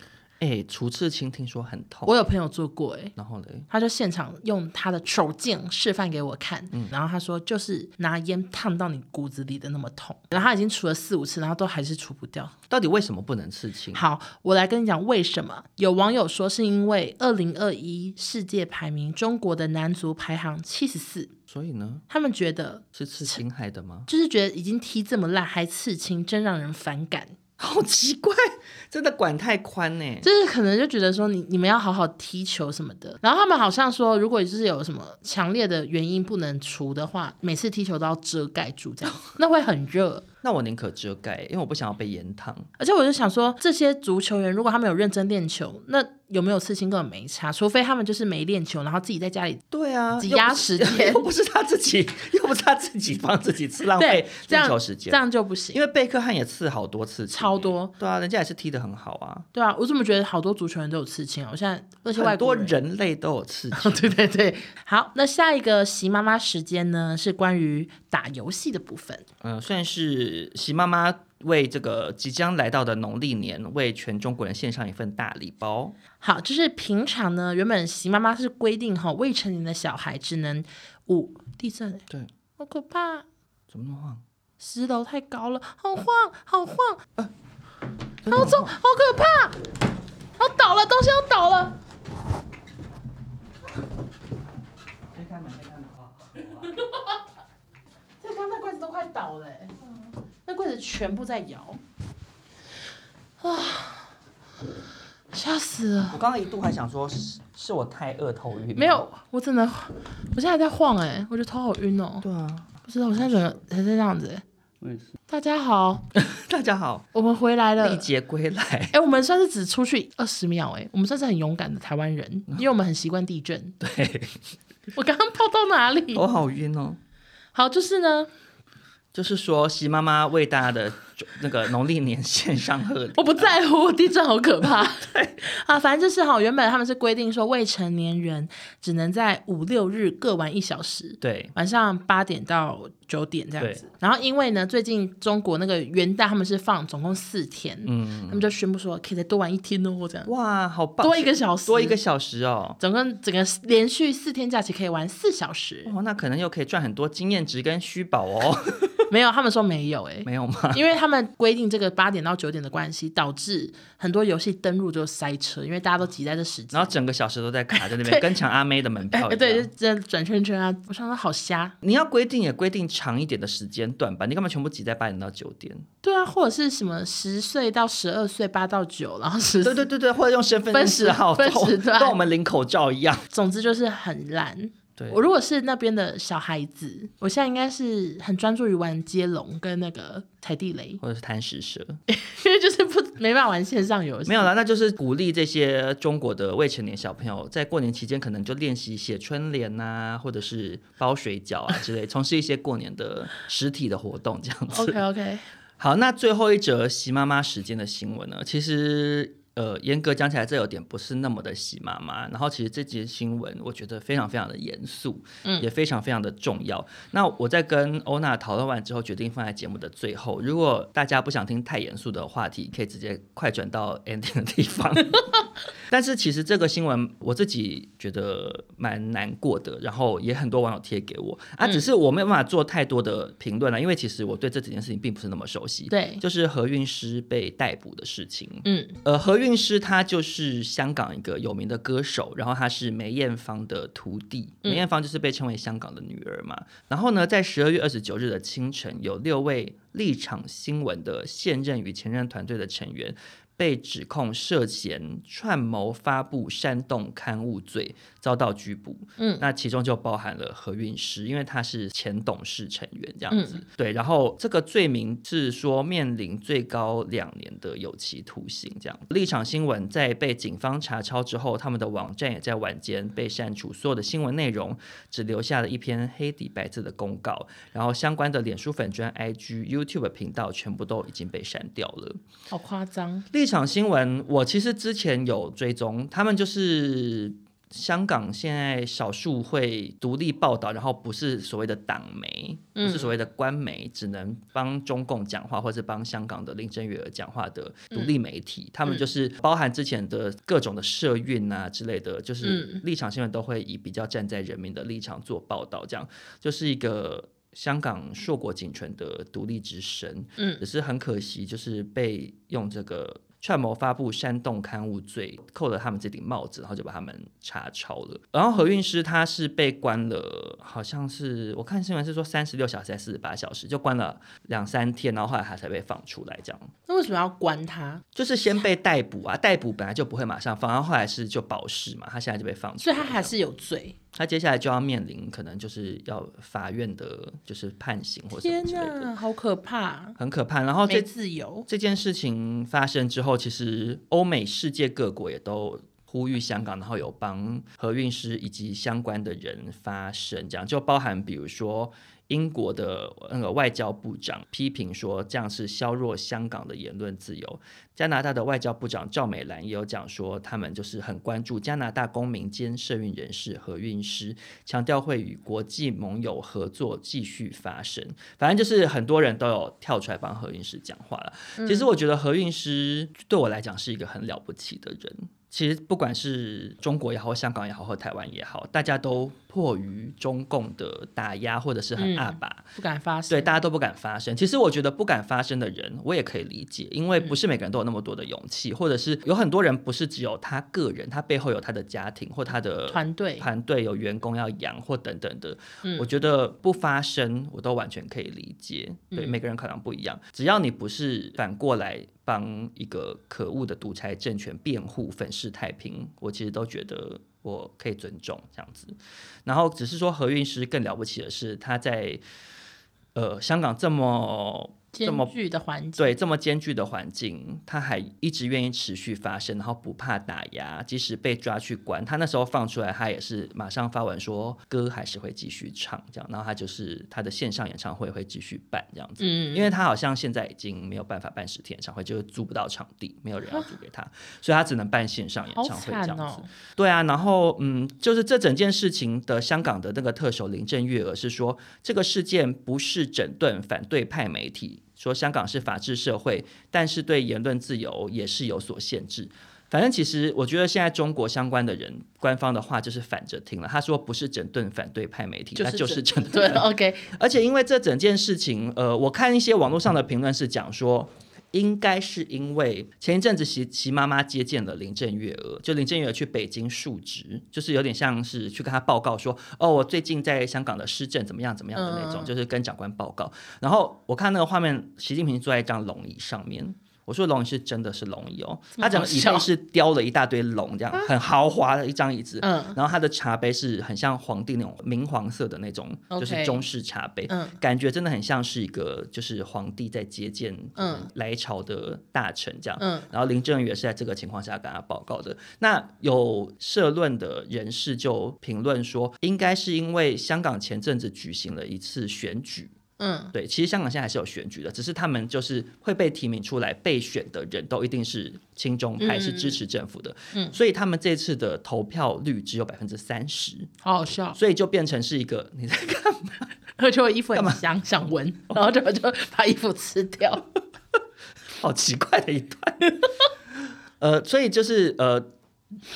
Speaker 2: 哎，除刺青听说很痛，
Speaker 3: 我有朋友做过、欸，
Speaker 2: 然后嘞，
Speaker 3: 他就现场用他的手剑示范给我看，
Speaker 2: 嗯
Speaker 3: 然后他说就是拿烟烫到你骨子里的那么痛，然后他已经除了四五次，然后都还是除不掉。
Speaker 2: 到底为什么不能刺青？
Speaker 3: 好，我来跟你讲为什么。有网友说是因为二零二一世界排名中国的男足排行七十四，
Speaker 2: 所以呢，
Speaker 3: 他们觉得
Speaker 2: 是刺 青害的吗？
Speaker 3: 就是觉得已经踢这么烂还刺青，真让人反感。
Speaker 2: 好奇怪，真的管太宽呢。
Speaker 3: 就是可能就觉得说你你们要好好踢球什么的，然后他们好像说，如果就是有什么强烈的原因不能除的话，每次踢球都要遮盖住这样，那会很热。
Speaker 2: 那我宁可遮盖，因为我不想要被盐烫。
Speaker 3: 而且我就想说，这些足球员如果他们有认真练球，那有没有刺青根本没差，除非他们就是没练球，然后自己在家里
Speaker 2: 对啊，
Speaker 3: 挤
Speaker 2: 又
Speaker 3: 压
Speaker 2: 不是
Speaker 3: 时间
Speaker 2: 又不是他自己，又不是他自己帮自己吃，浪
Speaker 3: 对
Speaker 2: 费
Speaker 3: 这
Speaker 2: 练
Speaker 3: 样
Speaker 2: 球时
Speaker 3: 这
Speaker 2: 间。
Speaker 3: 样就不行
Speaker 2: 因。为贝克汉也刺好多次，
Speaker 3: 超多。
Speaker 2: 对啊，人家也是踢得很好啊。
Speaker 3: 对啊，我怎么觉得好多足球员都有刺青啊？我现在而且外
Speaker 2: 很
Speaker 3: 国
Speaker 2: 多人类都有刺 激，
Speaker 3: 对对对，好，那下一个席妈妈时间呢，是关于打游戏的部分。
Speaker 2: 嗯，算是喜妈妈为这个即将来到的农历年，为全中国人献上一份大礼包。
Speaker 3: 好，就是平常呢，原本席妈妈是规定哈、未成年的小孩只能五地震欸，
Speaker 2: 对，
Speaker 3: 好可怕，
Speaker 2: 怎么那么晃？
Speaker 3: 十楼太高了，好晃，好晃，
Speaker 2: 真的
Speaker 3: 好
Speaker 2: 很
Speaker 3: 重，
Speaker 2: 晃
Speaker 3: 好可怕，要倒了，东西要倒了。 这刚那柜子都快倒了、欸，那柜子全部在摇，啊，吓死了。
Speaker 2: 我刚刚一度还想说是是我太饿头晕，
Speaker 3: 没。有，我真的，我现在还在晃哎、我觉得头好晕哦、
Speaker 2: 对啊，
Speaker 3: 不知道我现在整个还在这样子、欸。
Speaker 2: 我也是。
Speaker 3: 大家好，
Speaker 2: 大家好，
Speaker 3: 我们回来了
Speaker 2: 历。劫归来
Speaker 3: 哎、。我们算是只出去二十秒哎、我们算是很勇敢的台湾人，因为我们很习惯地震。
Speaker 2: 对，
Speaker 3: 我刚刚跑到哪里？
Speaker 2: 我好晕哦。
Speaker 3: 好，就是呢，
Speaker 2: 就是说，席妈妈为大家的那个农历年献上贺礼。
Speaker 3: 我不在乎，地震好可 怕。对啊，反正就是哈，原本他们是规定说未成年人只能在五六日各玩一小时，
Speaker 2: 对，
Speaker 3: 晚上八点到九点这样子。然后因为呢，最近中国那个元旦他们是放总共四天，
Speaker 2: 嗯，
Speaker 3: 他们就宣布说可以再多玩一天哦，这样
Speaker 2: 哇，好棒，
Speaker 3: 多一个小时，
Speaker 2: 多一个，小时哦。
Speaker 3: 总共整个连续四天假期可以玩四小时。
Speaker 2: 哇，那可能又可以赚很多经验值跟虚宝哦。
Speaker 3: 没有，他们说没有哎、
Speaker 2: 没有吗？
Speaker 3: 因为他们规定这个八点到九点的关系，导致很多游戏登录就塞车，因为大家都挤在这时间
Speaker 2: 然。后整个小时都在卡在那
Speaker 3: 对
Speaker 2: 边，跟抢阿妹的门票一
Speaker 3: 哎，
Speaker 2: 样。
Speaker 3: 对，就这样转圈圈啊！我想说好瞎，
Speaker 2: 你要规定也规定长一点的时间段吧，你干嘛全部挤在八点到九点？
Speaker 3: 对啊，或者是什么十岁到十二岁，八到九，然后十，
Speaker 2: 对对，对对，或者用身份
Speaker 3: 分
Speaker 2: 证
Speaker 3: 时
Speaker 2: 字号，
Speaker 3: 分时
Speaker 2: 跟
Speaker 3: 段
Speaker 2: 跟我们领口罩一样。
Speaker 3: 总之就是很烂。
Speaker 2: 对，
Speaker 3: 我如果是那边的小孩子，我现在应该是很专注于玩接龙跟那个踩地雷，
Speaker 2: 或者是贪食蛇，
Speaker 3: 因为就是不没办法玩线上游戏。
Speaker 2: 没有啦，那就是鼓励这些中国的未成年小朋友在过年期间可能就练习写春联呐、或者是包水饺啊之类，从事一些过年的实体的活动这样子。
Speaker 3: OK OK，
Speaker 2: 好，那最后一则洗妈妈时间的新闻呢？其实，呃，严格讲起来，这有点不是那么的洗妈妈。然后，其实这节新闻我觉得非常非常的严肃，
Speaker 3: 嗯
Speaker 2: 也非常非常的重要。那我在跟欧娜讨论完之后，决定放在节目的最后。如果大家不想听太严肃的话题，可以直接快转到 ending 的地方。 但是其实这个新闻我自己觉得蛮难过的，然后也很多网友贴给我啊，只是我没有办法做太多的评论了，因为其实我对这几件事情并不是那么熟悉。
Speaker 3: 对，
Speaker 2: 就是何韵诗被逮捕的事情。
Speaker 3: 嗯
Speaker 2: 呃，何韵诗她就是香港一个有名的歌手，然后她是梅艳芳的徒弟，
Speaker 3: 嗯
Speaker 2: 梅艳芳就是被称为香港的女儿嘛。然后呢，在十二月二十九日的清晨，有六位立场新闻的现任与前任团队的成员。被指控涉嫌串谋发布煽动刊物罪，遭到拘捕。
Speaker 3: 嗯，
Speaker 2: 那其中就包含了何韵诗，因为她是前董事成员这样子。
Speaker 3: 嗯
Speaker 2: 对，然后这个罪名是说面临最高两年的有期徒刑这样。立场新闻在被警方查抄之后，他们的网站也在晚间被删除所有的新闻内容，只留下了一篇黑底白字的公告，然后相关的脸书粉专、IG、YouTube 频道全部都已经被删掉了。
Speaker 3: 好夸张，
Speaker 2: 立场新闻，我其实之前有追踪，他们就是香港现在少数会独立报道，然后不是所谓的党媒，不
Speaker 3: 嗯
Speaker 2: 是所谓的官媒，只能帮中共讲话，或是帮香港的林郑月娥讲话的独立媒体。
Speaker 3: 嗯
Speaker 2: 他们就是包含之前的各种的社运啊之类的，就是
Speaker 3: 嗯
Speaker 2: 立场新闻都会以比较站在人民的立场做报道，这样就是一个。香港硕果仅存的独立之声，
Speaker 3: 嗯
Speaker 2: 只是很可惜，就是被用这个串谋发布煽动刊物罪，扣了他们这顶帽子，然后就把他们查抄了。然后何韵诗他是被关了，好像是我看新闻是说三十六小时还是四十八小时，就关了两三天，然后后来他才被放出来。这样
Speaker 3: 那为什么要关他？
Speaker 2: 就是先被逮捕 啊，逮捕本来就不会马上放，然后后来是就保释嘛，他现在就被放出
Speaker 3: 所
Speaker 2: 来
Speaker 3: 以
Speaker 2: 这
Speaker 3: 他
Speaker 2: 样，
Speaker 3: 还是有罪。
Speaker 2: 他接下来就要面临可能就是要法院的就是判刑或什么
Speaker 3: 天
Speaker 2: 之类的，
Speaker 3: 哪，好可怕！啊
Speaker 2: 很可怕。然后这
Speaker 3: 没自由，
Speaker 2: 这件事情发生之后，其实欧美世界各国也都呼吁香港，然后有帮何韵诗以及相关的人发声，这样就包含比如说英国的那个外交部长批评说这样是削弱香港的言论自由，加拿大的外交部长赵美兰也有讲说，他们就是很关注加拿大公民兼社运人士何韵诗，强调会与国际盟友合作继续发声。反正就是很多人都有跳出来帮何韵诗讲话了。其
Speaker 3: 嗯
Speaker 2: 实我觉得何韵诗对我来讲是一个很了不起的人。其实不管是中国也好，香港也好，或台湾也好，大家都迫于中共的打压，或者是很
Speaker 3: 嗯
Speaker 2: 阿爸。
Speaker 3: 不敢发声。
Speaker 2: 对，大家都不敢发声。其实我觉得不敢发声的人，我也可以理解，因为不
Speaker 3: 嗯
Speaker 2: 是每个人都有那么多的勇气，或者是有很多人不是只有他个人，他背后有他的家庭或他的
Speaker 3: 团队
Speaker 2: 团队有员工要养或等等的。
Speaker 3: 嗯
Speaker 2: 我觉得不发声，我都完全可以理解。对，
Speaker 3: 嗯
Speaker 2: 每个人考量不一样，只要你不是反过来。帮一个可恶的独裁政权辩护、粉饰太平，我其实都觉得我可以尊重这样子。然后只是说何韵诗更了不起的是，她在呃香港这么这么
Speaker 3: 艰巨的环境，
Speaker 2: 对这么艰巨的环境，他还一直愿意持续发声，然后不怕打压，即使被抓去关，他那时候放出来，他也是马上发文说歌还是会继续唱这样，然后他就是他的线上演唱会会继续办这样子。
Speaker 3: 嗯，
Speaker 2: 因为他好像现在已经没有办法办实体演唱会，就是租不到场地，没有人要租给他，所以他只能办线上演
Speaker 3: 好
Speaker 2: 唱会这
Speaker 3: 惨
Speaker 2: 样子。
Speaker 3: 哦，
Speaker 2: 对啊，然后嗯，就是这整件事情的香港的那个特首林郑月娥是说，这个事件不是整顿反对派媒体，说香港是法治社会，但是对言论自由也是有所限制。反正其实我觉得现在中国相关的人官方的话就是反着听了，他说不是整顿反对派媒体，
Speaker 3: 就是
Speaker 2: 那就是整
Speaker 3: 对
Speaker 2: 顿
Speaker 3: ，OK，
Speaker 2: 而且因为这整件事情，呃，我看一些网络上的评论是讲说。应该是因为前一阵子习习妈妈接见了林郑月娥，就林郑月娥去北京述职，就是有点像是去跟她报告说，哦，我最近在香港的施政怎么样怎么样的那种，
Speaker 3: 嗯
Speaker 2: 就是跟长官报告。然后我看那个画面，习近平坐在一张龙椅上面，我说龙椅是真的是龙椅哦，
Speaker 3: 这么
Speaker 2: 他整个
Speaker 3: 好
Speaker 2: 椅背
Speaker 3: 笑
Speaker 2: 是雕了一大堆龙，这样很豪华的一张椅子，
Speaker 3: 嗯
Speaker 2: 然后它的茶杯是很像皇帝那种明黄色的那种，就
Speaker 3: OK
Speaker 2: 是中式茶杯，
Speaker 3: 嗯
Speaker 2: 感觉真的很像是一个就是皇帝在接见
Speaker 3: 嗯
Speaker 2: 来朝的大臣这样。
Speaker 3: 嗯，
Speaker 2: 然后林郑月娥是在这个情况下跟他报告的。那有社论的人士就评论说，应该是因为香港前阵子举行了一次选举，
Speaker 3: 嗯，
Speaker 2: 对，其实香港现在还是有选举的，只是他们就是会被提名出来被选的人都一定是亲中派，
Speaker 3: 嗯
Speaker 2: 是支持政府的，
Speaker 3: 嗯
Speaker 2: 所以他们这次的投票率只有百分之三十，
Speaker 3: 好好笑，
Speaker 2: 所以就变成是一个你在干嘛？
Speaker 3: 而且我衣服很香，想闻，然后就 就把衣服吃掉，
Speaker 2: 好奇怪的一段。 呃，所以就是呃，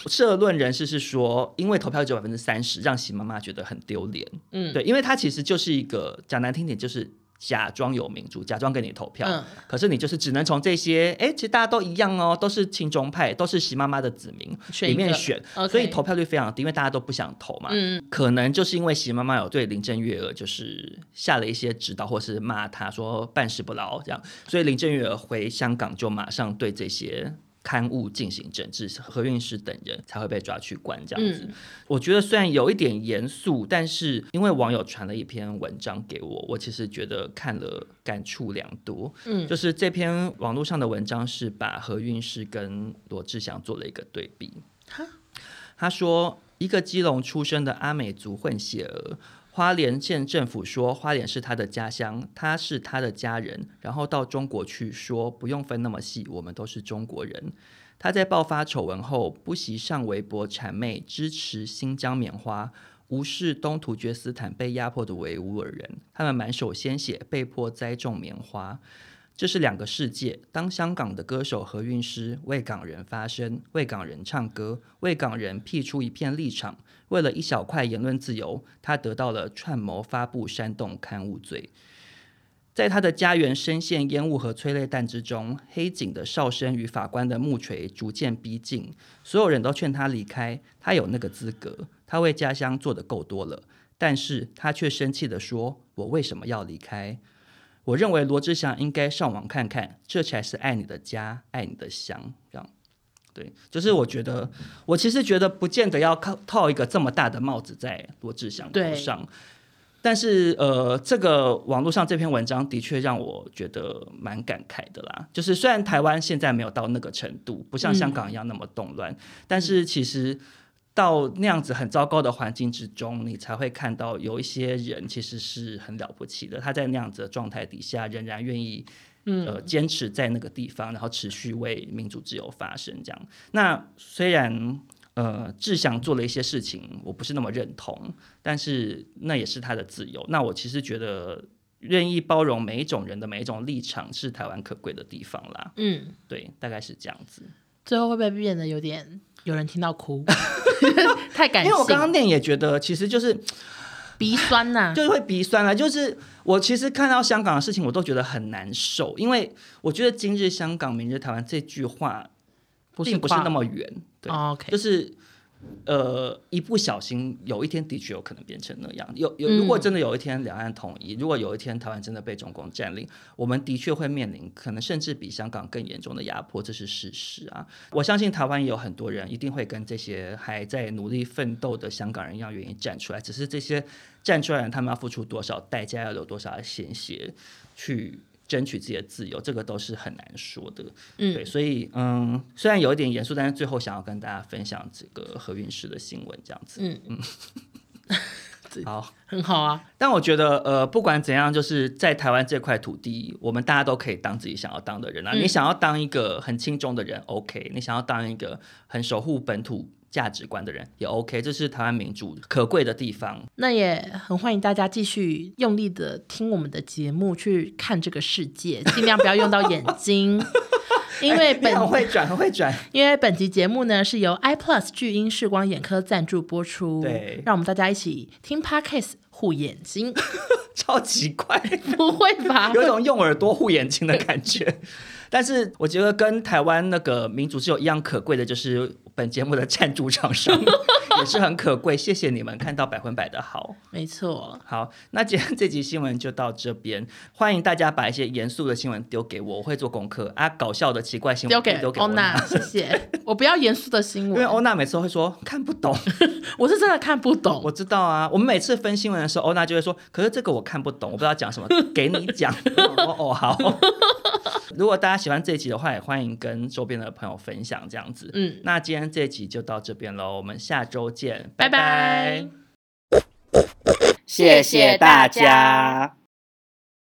Speaker 2: 社论人士是说，因为投票只有百分之三十，让习妈妈觉得很丢脸。
Speaker 3: 嗯，
Speaker 2: 对，因为她其实就是一个讲难听点，就是假装有民主，假装给你投票，
Speaker 3: 嗯
Speaker 2: 可是你就是只能从这些，哎，其实大家都一样哦，都是亲中派，都是习妈妈的子民
Speaker 3: 选一
Speaker 2: 里
Speaker 3: 个
Speaker 2: 面选，
Speaker 3: OK
Speaker 2: 所以投票率非常低，因为大家都不想投嘛。
Speaker 3: 嗯，
Speaker 2: 可能就是因为习妈妈有对林郑月娥就是下了一些指导，或是骂她说办事不牢这样，所以林郑月娥回香港就马上对这些刊物进行整治，何韵诗等人才会被抓去关这样子。
Speaker 3: 嗯
Speaker 2: 我觉得虽然有一点严肃，但是因为网友传了一篇文章给我，我其实觉得看了感触良多。
Speaker 3: 嗯
Speaker 2: 就是这篇网络上的文章是把何韵诗跟罗志祥做了一个对比。
Speaker 3: 哈
Speaker 2: 他说，一个基隆出生的阿美族混血儿，花莲县政府说花莲是他的家乡，他是他的家人，然后到中国去说不用分那么细，我们都是中国人。他在爆发丑闻后，不惜上微博谄媚支持新疆棉花，无视东突厥斯坦被压迫的维吾尔人，他们满手鲜血，被迫栽种棉花。这是两个世界。当香港的歌手何韵诗为港人发声，为港人唱歌，为港人辟出一片立场，为了一小块言论自由，他得到了串谋发布煽动刊物罪。在他的家园深陷烟雾和催泪弹之中，黑警的哨声与法官的木锤逐渐逼近，所有人都劝他离开，他有那个资格，他为家乡做的够多了。但是他却生气地说：“我为什么要离开？”我认为罗志祥应该上网看看，这才是爱你的家，爱你的乡。这样，对，就是我觉得，我其实觉得不见得要靠套一个这么大的帽子在罗志祥头
Speaker 3: 对
Speaker 2: 上。但是，呃，这个网络上这篇文章的确让我觉得蛮感慨的啦。就是虽然台湾现在没有到那个程度，不像
Speaker 3: 嗯
Speaker 2: 香港一样那么动乱，但是其实到那样子很糟糕的环境之中，你才会看到有一些人其实是很了不起的，他在那样子的状态底下仍然愿意。呃，坚持在那个地方，然后持续为民主自由发声，这样。那虽然呃，志祥做了一些事情，我不是那么认同，但是那也是他的自由。那我其实觉得，愿意包容每一种人的每一种立场，是台湾可贵的地方啦。
Speaker 3: 嗯，
Speaker 2: 对，大概是这样子。
Speaker 3: 最后会不会变得有点有人听到哭？ 太感
Speaker 2: 因为我刚
Speaker 3: 性，
Speaker 2: 刚念也觉得，其实就是
Speaker 3: 鼻酸呐、
Speaker 2: 就是会鼻酸了。就是我其实看到香港的事情，我都觉得很难受，因为我觉得“今日香港，明日台湾”这句话
Speaker 3: 不是
Speaker 2: 并不是
Speaker 3: 夸
Speaker 2: 那么圆，对，
Speaker 3: 哦 OK
Speaker 2: 就是呃，一不小心有一天的确有可能变成那样。有有，
Speaker 3: 嗯
Speaker 2: 如果真的有一天两岸统一，如果有一天台湾真的被中共占领，我们的确会面临可能甚至比香港更严重的压迫，这是事实啊。我相信台湾也有很多人一定会跟这些还在努力奋斗的香港人一样，愿意站出来。只是这些站出来的人，他们要付出多少代价，要流多少的鲜血去争取自己的自由，这个都是很难说的。
Speaker 3: 嗯
Speaker 2: 对，所以嗯，虽然有一点严肃，但是最后想要跟大家分享这个何韵诗的新闻，这样子。
Speaker 3: 嗯
Speaker 2: 嗯，好。
Speaker 3: 很好啊，
Speaker 2: 但我觉得，呃，不管怎样，就是在台湾这块土地，我们大家都可以当自己想要当的人啊。
Speaker 3: 嗯
Speaker 2: 你想要当一个很轻重的人，OK；你想要当一个很守护本土价值观的人，也 OK。这是台湾民主可贵的地方。
Speaker 3: 那也很欢迎大家继续用力的听我们的节目，去看这个世界，尽量不要用到眼 睛，因为
Speaker 2: 你
Speaker 3: 本
Speaker 2: 很哎会转，很会转。
Speaker 3: 因为本集节目呢是由 iPlus 巨婴视光眼科赞助播出，
Speaker 2: 对
Speaker 3: 让我们大家一起听 Podcast 护眼 睛，
Speaker 2: 超奇怪，
Speaker 3: 不会吧？
Speaker 2: 有一种用耳朵护眼睛的感觉。但是我觉得跟台湾那个民主自由一样可贵的，就是本节目的赞助厂商也是很可贵，谢谢你们看到百分百的好。
Speaker 3: 没错，
Speaker 2: 好，那今天这集新闻就到这边，欢迎大家把一些严肃的新闻丢给我，我会做功课啊。搞笑的奇怪新
Speaker 3: 丢
Speaker 2: 闻
Speaker 3: 给
Speaker 2: 丢给
Speaker 3: 欧
Speaker 2: 欧
Speaker 3: 娜，
Speaker 2: 娜，
Speaker 3: 谢谢。我不要严肃的新
Speaker 2: 因为欧
Speaker 3: 闻，
Speaker 2: 娜每次都会说看不懂，
Speaker 3: 我是真的看不懂
Speaker 2: 我。知道啊。我们每次分新闻的时候，哦欧娜就会说，可是这个我看不懂，我不知道讲什么，给你 讲。哦哦好。如果大家喜欢这一集的话，也欢迎跟周边的朋友分享这样子。
Speaker 3: 嗯，
Speaker 2: 那今天这一集就到这边喽，我们下周见，
Speaker 3: 拜
Speaker 2: 拜
Speaker 3: 拜。
Speaker 1: 谢谢大家。